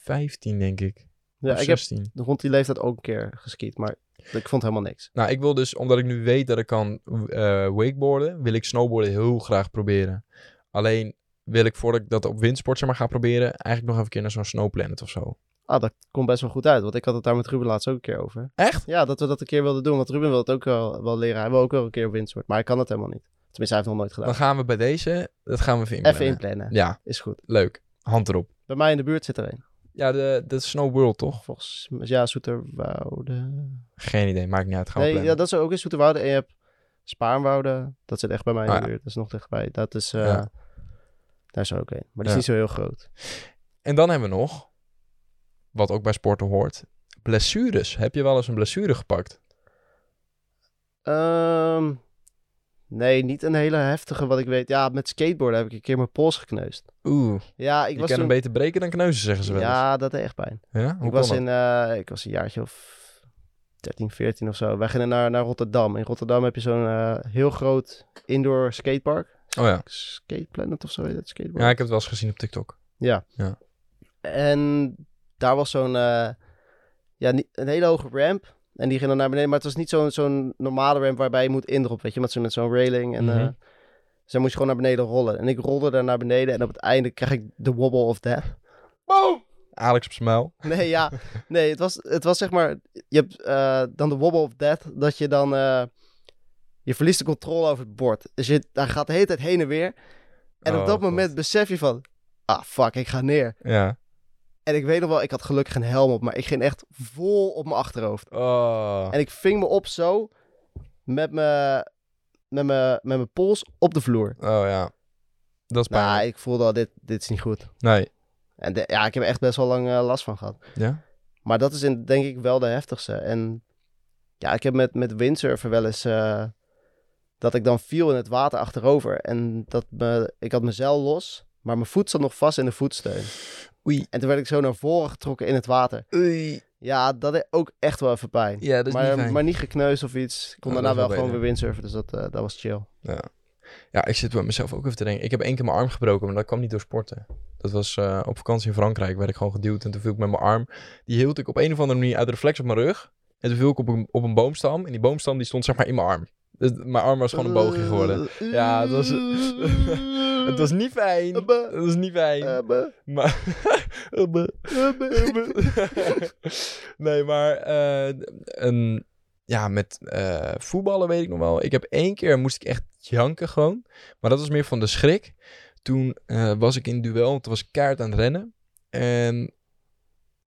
15, denk ik. Ja, Of ik heb 16. rond die leeftijd ook een keer geskiet, maar ik vond helemaal niks. Nou, ik wil dus, omdat ik nu weet dat ik kan eh, wakeboarden, wil ik snowboarden heel graag proberen. Alleen wil ik voordat ik dat op windsport zeg maar ga proberen, eigenlijk nog even een keer naar zo'n snowplanet of zo. Ah, dat komt best wel goed uit, want ik had het daar met Ruben laatst ook een keer over. Echt? Ja, dat we dat een keer wilden doen, want Ruben wil het ook wel, wel leren. Hij wil ook wel een keer op windsoort, maar hij kan het helemaal niet. Tenminste, hij heeft het nog nooit Dan gedaan. gaan we bij deze, dat gaan we even Even inplannen. inplannen, Ja, is goed. leuk. Hand erop. Bij mij in de buurt zit er een. Ja, de, dat is Snow World, toch? Volgens mij, ja, Zoeterwoude. Geen idee, maakt niet uit. Gaan we Nee, ja, plannen. dat is ook in Zoeterwoude. En je hebt Spaarnwoude. Dat zit echt bij mij in Ah, de ja. buurt. Dat is nog dichtbij. Dat is... eh, Ja. Daar is er ook een. Maar die Ja. is niet zo heel groot. En dan hebben we nog, wat ook bij sporten hoort, blessures. Heb je wel eens een blessure gepakt? Ehm, nee, niet een hele heftige wat ik weet. Ja, met skateboarden heb ik een keer mijn pols gekneusd. Oeh, Ja, ik je was kan toen... hem beter breken dan kneuzen, zeggen ze wel eens. Ja, dat deed echt pijn. Ja, hoe ik, was kan dat? in, eh, ik was een jaartje of 13, 14 of zo. Wij gingen naar, naar Rotterdam. In Rotterdam heb je zo'n eh, heel groot indoor skatepark. Oh ja. Skate Planet of zo heet het, skateboard. ja, ik heb het wel eens gezien op TikTok. En daar was zo'n, eh, ja, ni- een hele hoge ramp. En die ging dan naar beneden. Maar het was niet zo'n zo'n normale ramp waarbij je moet indroppen, weet je. Met zo'n met zo'n railing. En, eh, Mhm. dus dan moest je gewoon naar beneden rollen. En ik rolde daar naar beneden. En op het einde kreeg ik de wobble of death. <laughs> Alex op zijn muil. Nee, ja. Nee, het was, het was zeg maar... Je hebt eh, dan de wobble of death. Dat je dan... eh, je verliest de controle over het bord. Dus je, daar gaat de hele tijd heen en weer. En Oh, op dat God. moment besef je van... Ah, fuck, ik ga neer. Ja. En ik weet nog wel, ik had gelukkig geen helm op, maar ik ging echt vol op mijn achterhoofd. Oh. En ik ving me op zo met mijn met mijn- met mijn pols op de vloer. Oh ja. Dat is Nou, pijn. ik voelde al, dit, dit is niet goed. Nee. En de- ja, ik heb er echt best wel lang eh, last van gehad. Ja? Maar dat is in, denk ik wel de heftigste. En ja, ik heb met, met windsurfen wel eens eh, dat ik dan viel in het water achterover. En dat me, ik had mijn zeil los, maar mijn voet zat nog vast in de voetsteun. Oei. En toen werd ik zo naar voren getrokken in het water. Oei. Ja, dat deed ook echt wel even pijn. Ja, dat is maar, eh, niet fijn. maar niet gekneusd of iets. Ik kon Oh, dat daarna is wel wel gewoon weer beter. windsurfen, dus dat, eh, dat was chill. Ja, ik zit bij mezelf ook even te denken. Ik heb één keer mijn arm gebroken, maar dat kwam niet door sporten. Dat was eh, op vakantie in Frankrijk, werd ik gewoon geduwd. En toen viel ik met mijn arm. Die hield ik op een of andere manier uit de reflex op mijn rug. En toen viel ik op een, op een boomstam. En die boomstam die stond zeg maar in mijn arm. Dus mijn arm was gewoon een boogje geworden. Ja, het was- <laughs> Het was niet fijn. Het Abbe, was niet fijn. abbe, Maar... <laughs> Abbe. abbe. <laughs> nee, maar eh, een, ja, met eh, voetballen weet ik nog wel. Ik heb één keer moest ik echt janken gewoon. Maar dat was meer van de schrik. Toen eh, was ik in een duel, toen was ik kaart aan het rennen. En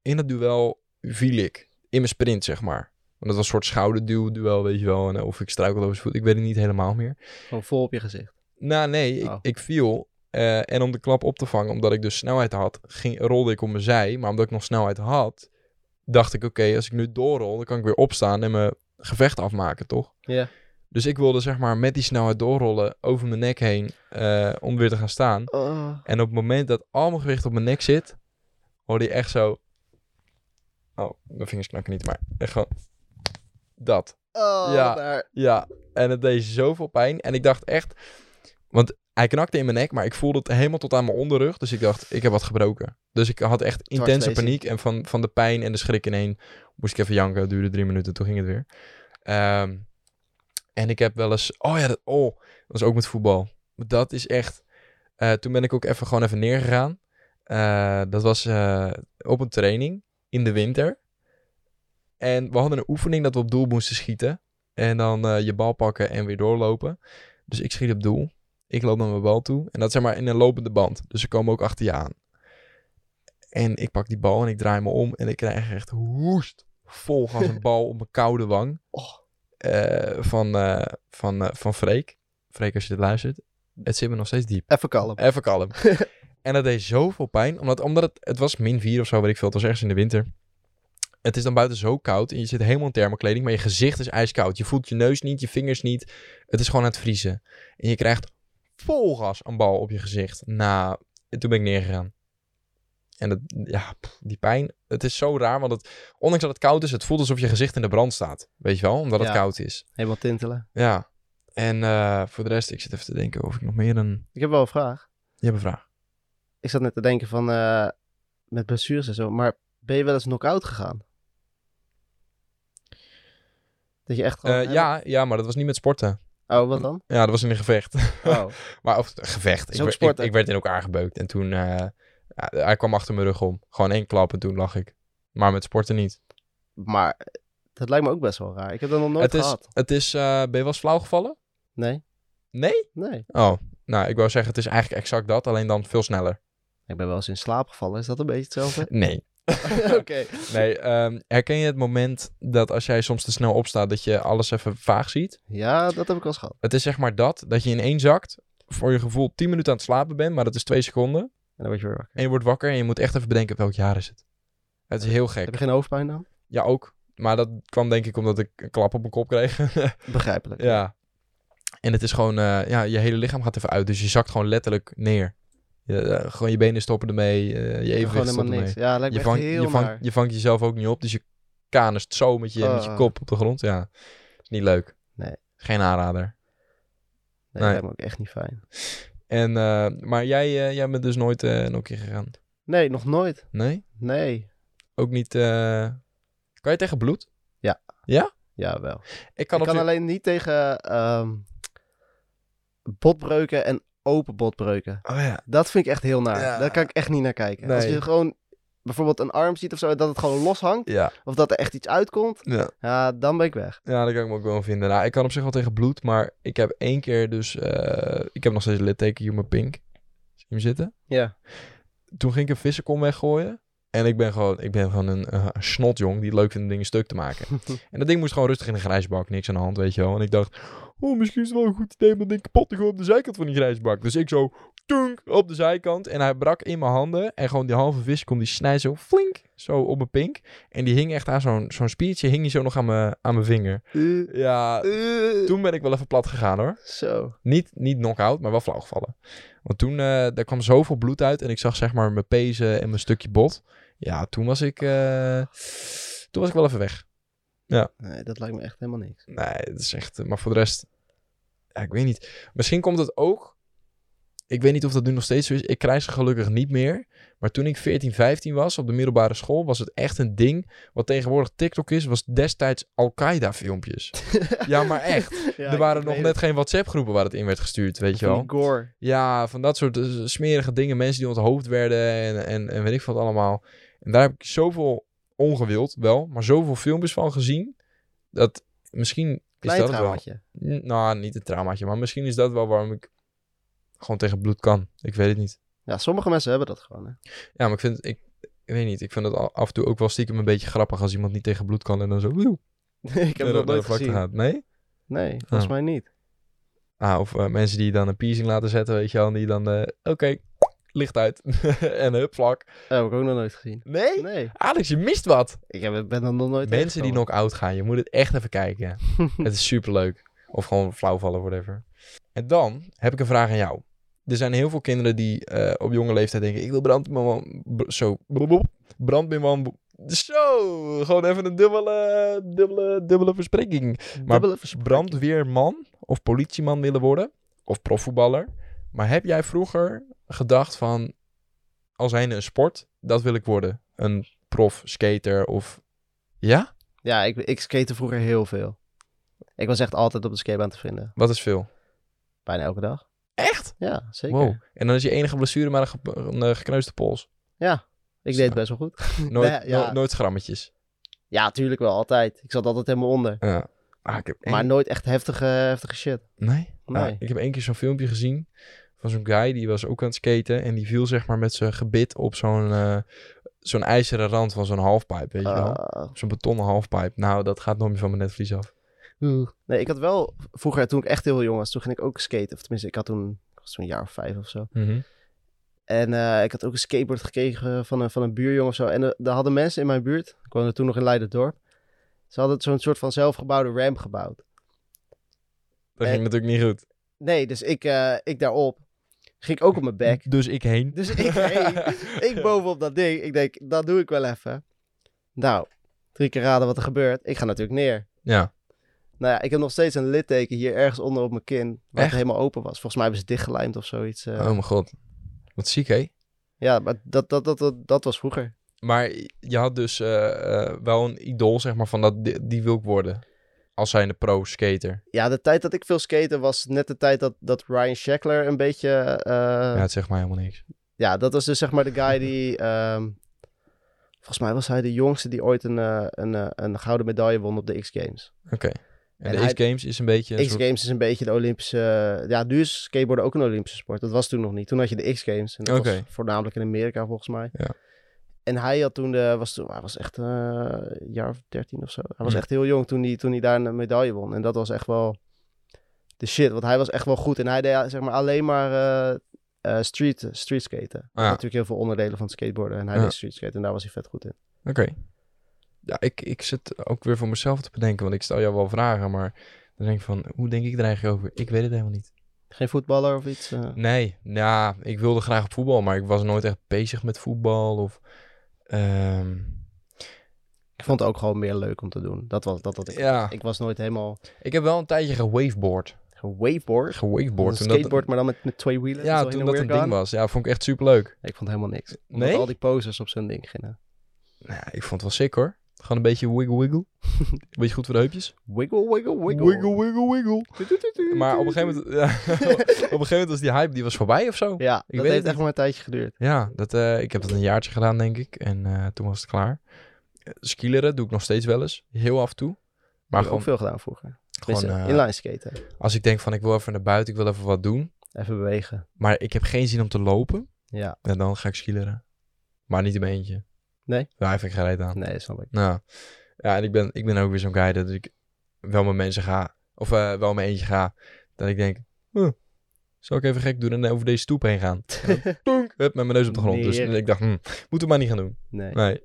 in dat duel viel ik. In mijn sprint, zeg maar. Want dat was een soort schouderduel, weet je wel. En, eh, of ik struikelde over zijn voet. Ik weet het niet helemaal meer. Gewoon vol op je gezicht. Nou, nee, ik, Oh. ik viel. eh, en om de klap op te vangen, omdat ik dus snelheid had, ging, rolde ik op mijn zij. Maar omdat ik nog snelheid had, dacht ik: oké, als ik nu doorrol, dan kan ik weer opstaan en mijn gevecht afmaken, toch? Ja. Dus ik wilde zeg maar met die snelheid doorrollen over mijn nek heen eh, om weer te gaan staan. Oh. En op het moment dat al mijn gewicht op mijn nek zit, hoorde je echt zo. Oh, mijn vingers knakken niet, maar echt gewoon. Dat. Oh, Ja. daar. Ja, en het deed zoveel pijn. En ik dacht echt... Want hij knakte in mijn nek, maar ik voelde het helemaal tot aan mijn onderrug. Dus ik dacht, ik heb wat gebroken. Dus ik had echt intense Dwarslesie. paniek. En van, van de pijn en de schrik ineen moest ik even janken. Het duurde drie minuten, toen ging het weer. Ehm, en ik heb wel eens... Oh ja, dat, oh, dat is ook met voetbal. Dat is echt... eh, toen ben ik ook even gewoon even neergegaan. Eh, dat was eh, op een training in de winter. En we hadden een oefening dat we op doel moesten schieten. En dan eh, je bal pakken en weer doorlopen. Dus ik schiet op doel. Ik loop naar mijn bal toe. En dat zeg maar in een lopende band. Dus ze komen ook achter je aan. En ik pak die bal en ik draai me om. En ik krijg echt woest vol gas een bal op mijn koude wang. Oh. Eh, van, eh, van, eh, van Freek. Freek, als je dit luistert. Het zit me nog steeds diep. Even kalm. Even kalm. en dat deed zoveel pijn. Omdat, omdat het, het was min 4 of zo, weet ik veel. Het was ergens in de winter. Het is dan buiten zo koud. En je zit helemaal in thermokleding. Maar je gezicht is ijskoud. Je voelt je neus niet, je vingers niet. Het is gewoon aan het vriezen. En je krijgt vol gas een bal op je gezicht. Nou, en toen ben ik neergegaan. En dat, ja, pff, die pijn. Het is zo raar, want het, ondanks dat het koud is, het voelt alsof je gezicht in de brand staat. Weet je wel, omdat het Ja. koud is. Helemaal tintelen. Ja. En eh, voor de rest, ik zit even te denken of ik nog meer een... Ik heb wel een vraag. Je hebt een vraag. Ik zat net te denken van, eh, met blessures en zo, maar ben je wel eens knock-out gegaan? Dat je echt gewoon... Eh, ja, ja, maar dat was niet met sporten. Oh, wat dan? Ja, dat was in een gevecht. <laughs> Oh, maar of gevecht. Is Ik, werd- ook ik, sporten. ik werd in elkaar gebeukt. En toen, eh, ja, hij kwam achter mijn rug om. Gewoon één klap en toen lag ik. Maar met sporten niet. maar eh, dat lijkt me ook best wel raar. Ik heb dat nog nooit het is, gehad. het is, eh, ben je wel eens flauw gevallen? Nee? Nee? Nee. Oh, nou, ik wou zeggen, het is eigenlijk exact dat, alleen dan veel sneller. Ik ben wel eens in slaap gevallen. Is dat een beetje <laughs> hetzelfde? Nee. Oké. Nee, ehm, herken je het moment dat als jij soms te snel opstaat, dat je alles even vaag ziet? <laughs> Ja, dat heb ik wel eens gehad. Het is zeg maar dat, dat je ineenzakt, voor je gevoel 10 minuten aan het slapen bent, maar dat is twee seconden. En dan word je weer wakker. En je wordt wakker en je moet echt even bedenken welk jaar is het. Het is heel Heb gek. je geen hoofdpijn dan? Ja, ook. Maar dat kwam denk ik omdat ik een klap op mijn kop kreeg. <laughs> Begrijpelijk. ja. En het is gewoon, eh, ja, je hele lichaam gaat even uit. Dus je zakt gewoon letterlijk neer. Je, eh, gewoon je benen stoppen ermee. eh, je Ik doe evenwicht stopt gewoon helemaal ermee. niks. Ja, lijkt Je me vangt, echt heel je, vangt, naar. je vangt jezelf ook niet op. Dus je kanest zo met je, met je Ah. kop op de grond. Ja, is niet leuk. Nee. Geen aanrader. Nee, Nee. dat lijkt me ook echt niet fijn. En, eh, maar jij, eh, jij bent dus nooit eh een keer gegaan? Nee, nog nooit. Nee? Nee. Ook niet... eh, Kan je tegen bloed? Ja, wel. Ik Ik kan, op kan zich- alleen niet tegen ehm, botbreuken en open botbreuken. Oh ja, Dat vind ik echt heel naar. Ja. Daar kan ik echt niet naar kijken. Als Nee. je gewoon bijvoorbeeld een arm ziet of zo, dat het gewoon loshangt. Ja. Of dat er echt iets uitkomt. Ja. Ja, dan ben ik weg. ja, daar kan ik me ook wel in vinden. Nou, ik kan op zich wel tegen bloed, maar ik heb één keer dus... eh, ik heb nog steeds een litteken hier op mijn pink. Zie je hem zitten? <laughs> Ja. Toen ging ik een vissenkom weggooien. En ik ben gewoon, ik ben gewoon een, eh, een snotjong die het leuk vindt om dingen stuk te maken. en dat ding moest gewoon rustig in een grijsbak. Niks aan de hand, weet je wel. En ik dacht, oh, misschien is het wel een goed idee om dat ding kapot te gooien op de zijkant van die grijsbak. Dus ik zo, tunk, op de zijkant. En hij brak in mijn handen. En gewoon die halve vissenkom, die snijdt zo flink, zo op mijn pink. En die hing echt aan zo'n zo'n spiertje, hing die zo nog aan mijn aan mijn vinger. Eh, Ja, eh, toen ben ik wel even plat gegaan hoor. Zo. Niet, niet knock-out, maar wel flauw gevallen. Want toen, eh daar kwam zoveel bloed uit en ik zag zeg maar mijn pezen en mijn stukje bot. Ja, toen was ik, eh, toen was ik wel even weg. Nee, dat lijkt me echt helemaal <laughs> niks. eh, Nee, dat is echt, maar voor de rest, ja, ik weet niet. Misschien komt het ook Ik weet niet of dat nu nog steeds zo is. Ik krijg ze gelukkig niet meer. Maar toen ik 14, 15 was op de middelbare school, was het echt een ding. Wat tegenwoordig TikTok is, was destijds <laughs> Al-Qaeda-filmpjes. ja, maar echt. Ja, er ik- waren ik nog weet net geen WhatsApp-groepen waar het in werd gestuurd, weet het. je Van wel. die gore. Ja, van dat soort eh, smerige dingen. Mensen die onthoofd werden en, en, en weet ik wat allemaal. En daar heb ik zoveel ongewild wel, maar zoveel filmpjes van gezien. Dat misschien is Klein dat het wel. traumaatje. N- Nou, niet een traumaatje, maar misschien is dat wel waarom ik gewoon tegen bloed kan. Ik weet het niet. Ja, sommige mensen hebben dat <laughs> gewoon. Hè. Ja, maar ik vind, ik, ik weet niet, ik vind het al- af en toe ook wel stiekem een beetje grappig als iemand niet tegen bloed kan en dan zo... Woe, ik heb het nog nooit gezien. Gaat. Nee? Oh. Nee, volgens mij niet. Ah, of eh, mensen die dan een piercing laten zetten, weet je wel, en die dan, eh, oké, licht uit <laughs> en hup, vlak. Dat heb ik ook nog nooit gezien. Nee? Nee, Alex, je mist wat. ik heb, ben dan nog nooit Mensen die knock-out gaan, je moet het echt even kijken. het is superleuk. Of gewoon flauwvallen, whatever. En dan heb ik een vraag aan jou. Er zijn heel veel kinderen die eh, op jonge leeftijd denken... Ik wil brandweerman... br- Zo, blablabla, brandweerman... Zo, gewoon even een dubbele, dubbele, dubbele verspreking. maar- Dubbele Als je brandweerman of politieman willen worden... Of profvoetballer. Maar heb jij vroeger gedacht van... Als zijnde een sport, dat wil ik worden. Een prof, skater of... Ja? Ja, ik, ik skate vroeger heel veel. Ik was echt altijd op de skatebaan te vinden. Wat is veel? Bijna elke dag. Echt? Ja, zeker. Wow. En dan is je enige blessure maar een, ge- een eh, gekneusde pols. Ik deed het best wel goed. Nooit, Nee, ja. no- nooit schrammetjes. Ja, tuurlijk wel, altijd. Ik zat altijd helemaal onder. Ja. Ah, ik heb één- Maar nooit echt heftige, heftige shit. Nee? Nee. Ah, ik heb één keer zo'n filmpje gezien van zo'n guy die was ook aan het skaten en die viel zeg maar met zijn gebit op zo'n eh, zo'n ijzeren rand van zo'n halfpipe, weet je wel? Ah. Zo'n betonnen halfpipe. Nou, dat gaat nooit meer van mijn netvlies af. Nee, ik had wel vroeger, toen ik echt heel jong was, toen ging ik ook skaten. Of tenminste, ik had toen, ik was toen een jaar of vijf of zo. Mhm. En eh, ik had ook een skateboard gekregen van een, van een buurjongen of zo. En eh, daar hadden mensen in mijn buurt, ik woonde toen nog in Leiderdorp. Ze hadden zo'n soort van zelfgebouwde ramp gebouwd. Dat Eh, ging natuurlijk niet goed. Nee, dus ik, eh, ik daarop. Ging ik ook op mijn <laughs> bek. Dus ik heen. Dus ik, heen, ik bovenop dat ding. Ik denk, dat doe ik wel even. Nou, drie keer raden wat er gebeurt. Ik ga natuurlijk neer. <laughs> Ja. Nou ja, ik heb nog steeds een litteken hier ergens onder op mijn kin. Waar Echt? het helemaal open was. Volgens mij hebben ze het dichtgelijmd of zoiets. eh. Oh mijn god. Wat ziek, hè? Ja, maar dat, dat, dat, dat, dat was vroeger. Maar je had dus eh, eh, wel een idool, zeg maar, van dat die, die wil ik worden. Als zijnde pro-skater. Ja, de tijd dat ik veel skaten was net de tijd dat, dat Ryan Shackler een beetje... eh, ja, het zegt mij helemaal niks. Ja, dat was dus zeg maar de guy die. ehm, volgens mij was hij de jongste die ooit een, eh, een, eh, een gouden medaille won op de X-Games. Oké. En, En de hij- X-Games is een beetje... Een soort... X-Games is een beetje de Olympische. ja, nu is skateboarden ook een Olympische sport. Dat was toen nog niet. Toen had je de X-Games. En dat was Oké. voornamelijk in Amerika volgens mij. Ja. En hij had toen de. Was toen, hij was echt eh, een jaar of dertien of zo. Hij was Hm. echt heel jong toen hij, toen hij daar een medaille won. En dat was echt wel. De shit, want hij was echt wel goed. En hij deed zeg maar alleen maar eh, eh, street, street skaten. Ah, Oké. natuurlijk heel veel onderdelen van het skateboarden. En hij Ja. deed street skate en daar was hij vet goed in. Ja, ik, ik zit ook weer voor mezelf te bedenken, want ik stel jou wel vragen, maar dan denk ik van, hoe denk ik er eigenlijk over? Ik weet het helemaal niet. Geen voetballer of iets? eh? Nee, nou, ik wilde graag op voetbal, maar ik was nooit echt bezig met voetbal of... ehm, Ik vond het ook gewoon meer leuk om te doen. Dat was dat. dat ik, ja, ik was nooit helemaal ik heb wel een tijdje gewaveboard. gewaveboard. Gewaveboard. Een toen dat- skateboard, maar dan met, met twee wielen. Ja, Zo heen toen en dat weer een ding gaan. was. Ja, vond ik echt superleuk. Ik vond helemaal niks. Omdat Nee? al die poses op zo'n ding gingen. Nou, ik vond het wel sick hoor. Gewoon een beetje wiggle <laughs> wiggle. een beetje goed voor de heupjes. Wiggle, wiggle, wiggle. wiggle wiggle. Maar op een gegeven moment, ja, <laughs> op <laughs> een gegeven moment was die hype die was voorbij of zo. Ja, weet dat het heeft niet. echt maar een tijdje geduurd. Ja, dat, eh, ik heb dat een jaartje gedaan, denk ik. En eh, toen was het klaar. Eh, Skileren doe ik nog steeds wel eens. Heel af en toe. Maar ik heb ook gewoon, veel gedaan vroeger. gewoon Tenminste, eh, inline skaten. als ik denk van ik wil even naar buiten, ik wil even wat doen. Even bewegen. Maar ik heb geen zin om te lopen. Ja, En dan ga ik skileren. Maar niet in mijn eentje. Nee? Daar heb ik geen reet aan. nee, dat snap ik. Nou, ja, en ik ben, ik ben ook weer zo'n guy dat ik wel met mensen ga, of eh, wel met eentje ga, dat ik denk, huh, zal ik even gek doen en over deze stoep heen gaan? En <laughs> dan, tonk, hup, met mijn neus op de grond. Dus Nee. ik dacht, hm, moeten we maar niet gaan doen. Nee. Nee.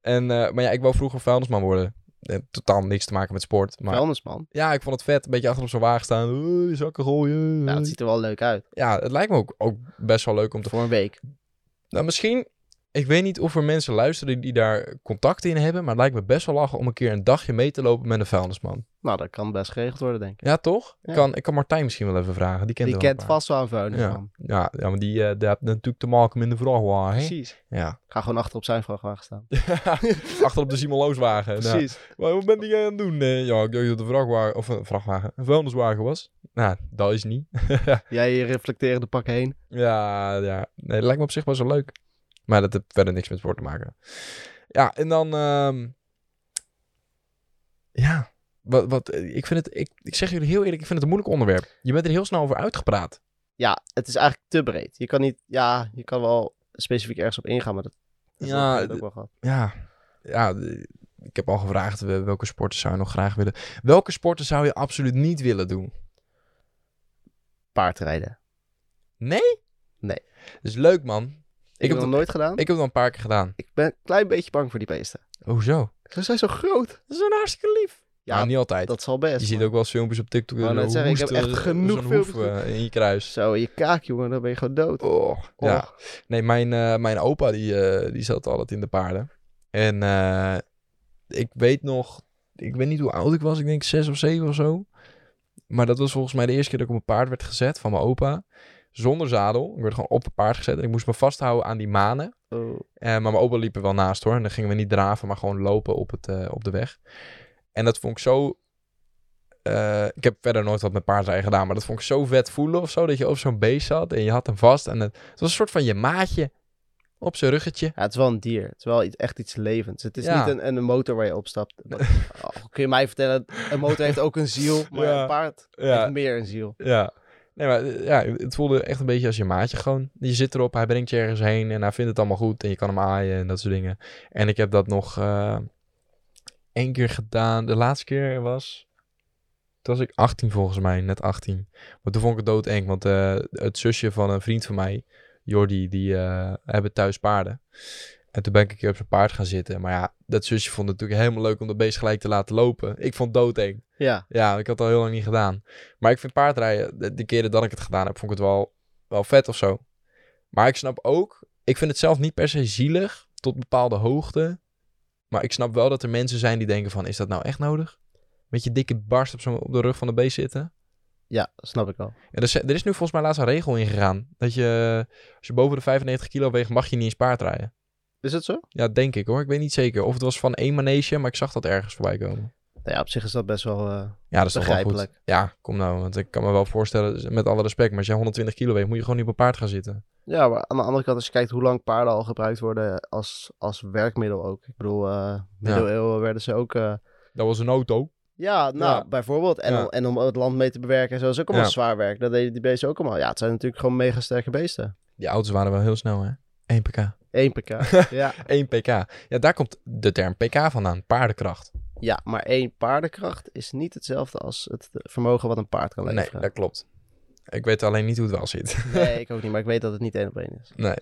En, eh, maar ja, ik wou vroeger vuilnisman worden. Eh, totaal niks te maken met sport. Maar Vuilnisman. ja, ik vond het vet. Een beetje achter op zo'n wagen staan. eh, zakken gooien. Ja, het ziet er wel leuk uit. Ja, het lijkt me ook, ook best wel leuk om te... Voor een week. Nou, misschien Ik weet niet of er mensen luisteren die daar contact in hebben, maar het lijkt me best wel lachen om een keer een dagje mee te lopen met een vuilnisman. Nou, dat kan best geregeld worden, denk ik. Ja, toch? Ja. Ik, kan, ik kan Martijn misschien wel even vragen. Die kent Die er wel kent een paar. vast wel een vuilnisman. Ja, ja, maar die, eh die heeft natuurlijk te maken met de vrachtwagen. Precies. <laughs> Ja. Ga gewoon achter op zijn vrachtwagen staan. Achter op de Simon Looswagen. Nou, Precies. Maar wat ben jij aan het doen? Eh, ja, ik dacht dat de vrachtwagen, of een vrachtwagen, een vuilniswagen was. Nou, dat is niet. Jij reflecteerde pak heen. Ja, ja. Nee, dat lijkt me op zich wel zo leuk. Maar dat heeft verder niks met sport te maken. Ja, en dan... ehm, ja, wat, wat, ik, vind het, ik, ik zeg jullie heel eerlijk, ik vind het een moeilijk onderwerp. Je bent er heel snel over uitgepraat. ja, het is eigenlijk te breed. Je kan niet, ja, je kan wel specifiek ergens op ingaan, maar dat dat Ja, heb ik d- ook wel gehad. Ja, ja d- ik heb al gevraagd eh, welke sporten zou je nog graag willen. Welke sporten zou je absoluut niet willen doen? Paardrijden. Nee? Nee. Dat is Dus leuk, man. Ik, heb heb het nog dat- nooit gedaan. Ik, Ik heb het al een paar keer gedaan. ben een klein beetje bang voor die beesten. Hoezo? Ze zijn Oh, zo groot. Dat is een hartstikke lief. Ja, Ja, niet altijd. Dat zal best. Je ziet maar- ook wel eens filmpjes op TikTok. wou eh, net zeggen, ik heb hoesten, echt eh, genoeg zo'n filmpjes hoef, eh, in je kruis. Zo, in je kaak, jongen, dan ben je gewoon dood. Oh, ja. Nee, mijn, eh, mijn opa die, eh, die zat altijd in de paarden. En eh, ik weet nog, ik weet niet hoe oud ik was. Ik denk zes of zeven of zo. Maar dat was volgens mij de eerste keer dat ik op een paard werd gezet van mijn opa. Zonder zadel. Ik werd gewoon op het paard gezet. En ik moest me vasthouden aan die manen. Oh. Eh, maar mijn opa liep er wel naast hoor. En dan gingen we niet draven, maar gewoon lopen op, het, eh, op de weg. En dat vond ik zo... eh, ik heb verder nooit wat met paardrijden gedaan, maar dat vond ik zo vet voelen of zo. Dat je op zo'n beest zat en je had hem vast. En het, het was een soort van je maatje op zijn ruggetje. Ja, het is wel een dier. Het is wel iets, echt iets levends. Het is Ja. niet een, een motor waar je opstapt. <laughs> Oh, kun je mij vertellen, een motor heeft ook een ziel, maar Ja. een paard heeft Ja, meer een ziel. ja. Nee, maar eh, ja, het voelde echt een beetje als je maatje gewoon. Je zit erop, hij brengt je ergens heen en hij vindt het allemaal goed. En je kan hem aaien en dat soort dingen. En ik heb dat nog eh, één keer gedaan. De laatste keer was... Toen was ik 18 volgens mij, net 18. Maar toen vond ik het doodeng, want eh, het zusje van een vriend van mij, Jordi, die eh, hebben thuis paarden. En toen ben ik een keer op zijn paard gaan zitten. Maar ja, dat zusje vond het natuurlijk helemaal leuk om dat beest gelijk te laten lopen. Ik vond het doodeng. Ja, Ja, ik had het al heel lang niet gedaan. Maar ik vind paardrijden, de, de keren dat ik het gedaan heb, vond ik het wel, wel vet of zo. Maar ik snap ook, ik vind het zelf niet per se zielig tot bepaalde hoogte. Maar ik snap wel dat er mensen zijn die denken van, is dat nou echt nodig? Met je dikke barst op, zo'n- op de rug van de beest zitten. ja, snap ik wel. En er, is- er is nu volgens mij laatst een regel ingegaan. Dat je, als je boven de 95 kilo weegt, mag je niet eens paardrijden. Is het zo? Ja, denk ik hoor. Ik weet niet zeker. Of het was van één manege, maar ik zag dat ergens voorbij komen. Nou ja, op zich is dat best wel... eh, Ja, dat is toch wel goed. Begrijpelijk. Ja, kom nou. Want ik kan me wel voorstellen, dus met alle respect, maar als jij 120 kilo weegt, moet je gewoon niet op een paard gaan zitten. Ja, maar aan de andere kant, als je kijkt hoe lang paarden al gebruikt worden als, als werkmiddel ook. Ik bedoel, eh middeleeuwen werden ze ook... eh, Dat was een auto. ja, nou, Ja. bijvoorbeeld. En, Ja. om, en om het land mee te bewerken en zo, is ook allemaal Ja. zwaar werk. Dat deden die beesten ook allemaal. Ja, het zijn natuurlijk gewoon mega sterke beesten. Die auto's waren wel heel snel, hè? 1 pk. Eén pk. <laughs> ja. 1 pk. Ja, daar komt de term pk vandaan. Paardenkracht. ja, maar één paardenkracht is niet hetzelfde als het vermogen wat een paard kan Nee, leveren. dat klopt. Ik weet alleen niet hoe het wel zit. Nee, ik ook niet, maar ik weet dat het niet één op één is. Nee.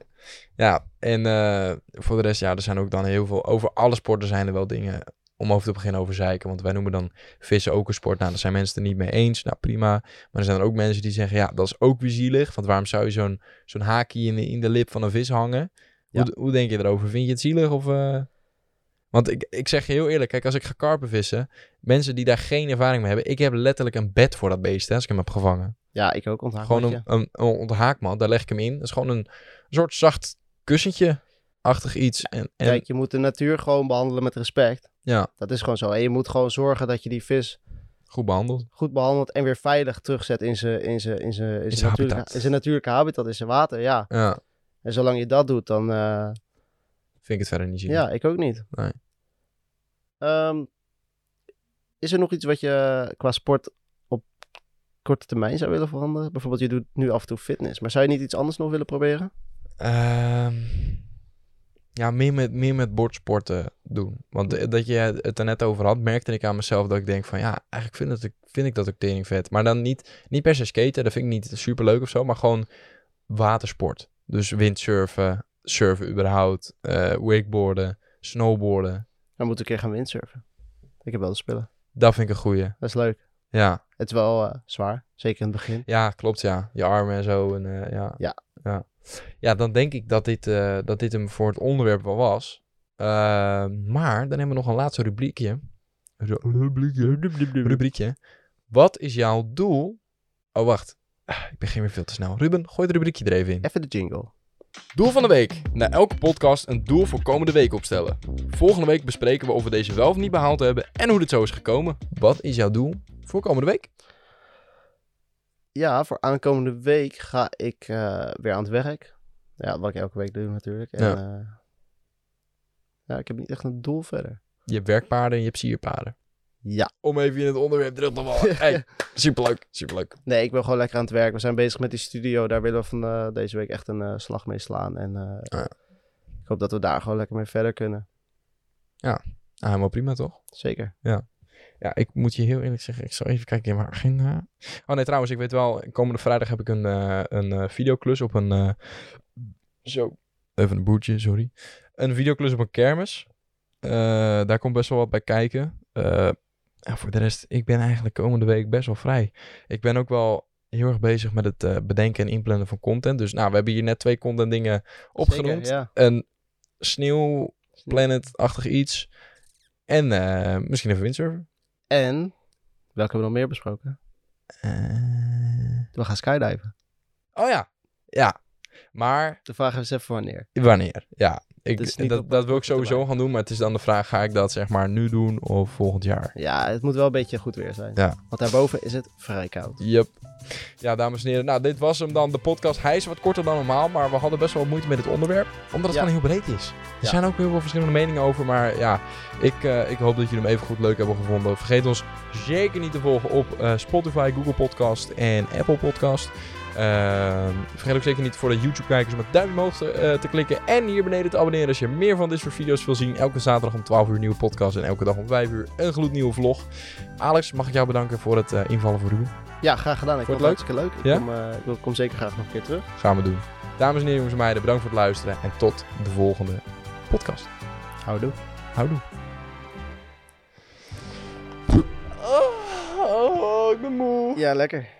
Ja, en eh, voor de rest, ja, er zijn ook dan heel veel... Over alle sporten zijn er wel dingen om over te beginnen over zeiken. Want wij noemen dan vissen ook een sport. Nou, daar zijn mensen het er niet mee eens. Nou, prima. Maar er zijn er ook mensen die zeggen, ja, dat is ook weer zielig. Want waarom zou je zo'n zo'n haakje in de, in de lip van een vis hangen? Hoe, hoe denk je erover? Vind je het zielig of... eh? Want ik, ik zeg je heel eerlijk, kijk, als ik ga karpen vissen... Mensen die daar geen ervaring mee hebben... Ik heb letterlijk een bed voor dat beest, hè, als ik hem heb gevangen. Ja, ik ook onthoud. Gewoon een, een, een onthaakmat, daar leg ik hem in. Dat is gewoon een soort zacht kussentje-achtig iets. En, en Kijk, je moet de natuur gewoon behandelen met respect. Ja. Dat is gewoon zo. En je moet gewoon zorgen dat je die vis goed behandeld. goed behandeld en weer veilig terugzet in zijn in zijn- in zijn- in zijn natuurlijke, habitat. in zijn natuurlijke habitat, in zijn water, ja. Ja, En zolang je dat doet, dan... eh, vind ik het verder niet zielig. ja, ik ook niet. Nee. Ehm, is er nog iets wat je qua sport op korte termijn zou willen veranderen? Bijvoorbeeld, je doet nu af en toe fitness, maar zou je niet iets anders nog willen proberen? Ehm, ja, meer met, meer met bordsporten doen. Want eh, dat je het er net over had, merkte ik aan mezelf dat ik denk van... Ja, eigenlijk vind, dat ik, vind ik dat ook tering vet. Maar dan niet, niet per se skaten, dat vind ik niet superleuk of zo. Maar gewoon watersport. Dus windsurfen, surfen überhaupt, eh, wakeboarden, snowboarden. Dan moet ik een keer gaan windsurfen. Ik heb wel de spullen. Dat vind ik een goeie. Dat is leuk. Ja, Het is wel eh, zwaar, zeker in het begin. Ja, klopt ja. Je armen en zo. En, eh, ja. Ja. ja. Ja, dan denk ik dat dit, eh, dat dit hem voor het onderwerp wel was. Eh, maar dan hebben we nog een laatste rubriekje. Ru- Rubriekje. Rubriekje. Wat is jouw doel? Oh, wacht. Ah, Ik begin weer veel te snel. Ruben, gooi het rubriekje er even in. Even de jingle. Doel van de week. Na elke podcast een doel voor komende week opstellen. Volgende week bespreken we of we deze wel of niet behaald hebben en hoe dit zo is gekomen. Wat is jouw doel voor komende week? Ja, voor aankomende week ga ik eh, weer aan het werk. Ja, wat ik elke week doe natuurlijk. En, Ja. ja. ja, ik heb niet echt een doel verder. Je hebt werkpaarden en je hebt sierpaarden. Ja. Om even in het onderwerp terug te <laughs> vallen. Hey, superleuk, superleuk. Nee, ik ben gewoon lekker aan het werk. We zijn bezig met die studio. Daar willen we van eh, deze week echt een eh, slag mee slaan. En eh, Ah, ja. ik hoop dat we daar gewoon lekker mee verder kunnen. Ah, helemaal prima toch? Zeker. Ja, ik moet je heel eerlijk zeggen, ik zal even kijken in mijn agenda. Oh nee, trouwens, ik weet wel, komende vrijdag heb ik een, eh, een eh, videoclus op een... eh, zo, even een boertje, sorry. Een videoclus op een kermis. Eh, daar komt best wel wat bij kijken. Eh, ja, voor de rest, ik ben eigenlijk komende week best wel vrij. Ik ben ook wel heel erg bezig met het eh, bedenken en inplannen van content. Dus nou, we hebben hier net twee content dingen opgenoemd. Zeker, ja. Een sneeuwplanet-achtig iets. En eh, misschien even windsurfen. En, welke hebben we nog meer besproken? Eh, We gaan skydiven. Oh ja. Ja. Maar De vraag is even wanneer. wanneer? Ja. Ik, Het is niet dat, op- dat wil ik op de sowieso lijn. gaan doen. Maar het is dan de vraag: ga ik dat zeg maar nu doen of volgend jaar? Ja, het moet wel een beetje goed weer zijn. Ja. Want daarboven is het vrij koud. Yep. Ja, dames en heren. Nou, dit was hem dan. De podcast. Hij is wat korter dan normaal. Maar we hadden best wel moeite met het onderwerp. Omdat het Ja. gewoon heel breed is. Er Ja. zijn ook heel veel verschillende meningen over. Maar ja, ik, eh, ik hoop dat jullie hem even goed leuk hebben gevonden. Vergeet ons zeker niet te volgen op eh, Spotify, Google Podcast en Apple Podcast. Ehm, vergeet ook zeker niet voor de YouTube-kijkers om het duimpje omhoog te, eh, te klikken. En hier beneden te abonneren als je meer van dit soort video's wil zien. Elke zaterdag om 12 uur een nieuwe podcast. En elke dag om 5 uur een gloednieuwe vlog. Alex, mag ik jou bedanken voor het eh, invallen voor Ruben? Ja, graag gedaan. Ik Vond vond je het het hartstikke leuk. Ik, Ja? kom, eh, ik wil- kom zeker graag nog een keer terug. Gaan we doen. Dames en heren, jongens en meiden, bedankt voor het luisteren. En tot de volgende podcast. Houdoe. Houdoe. Oh, ik ben moe. Ja, lekker.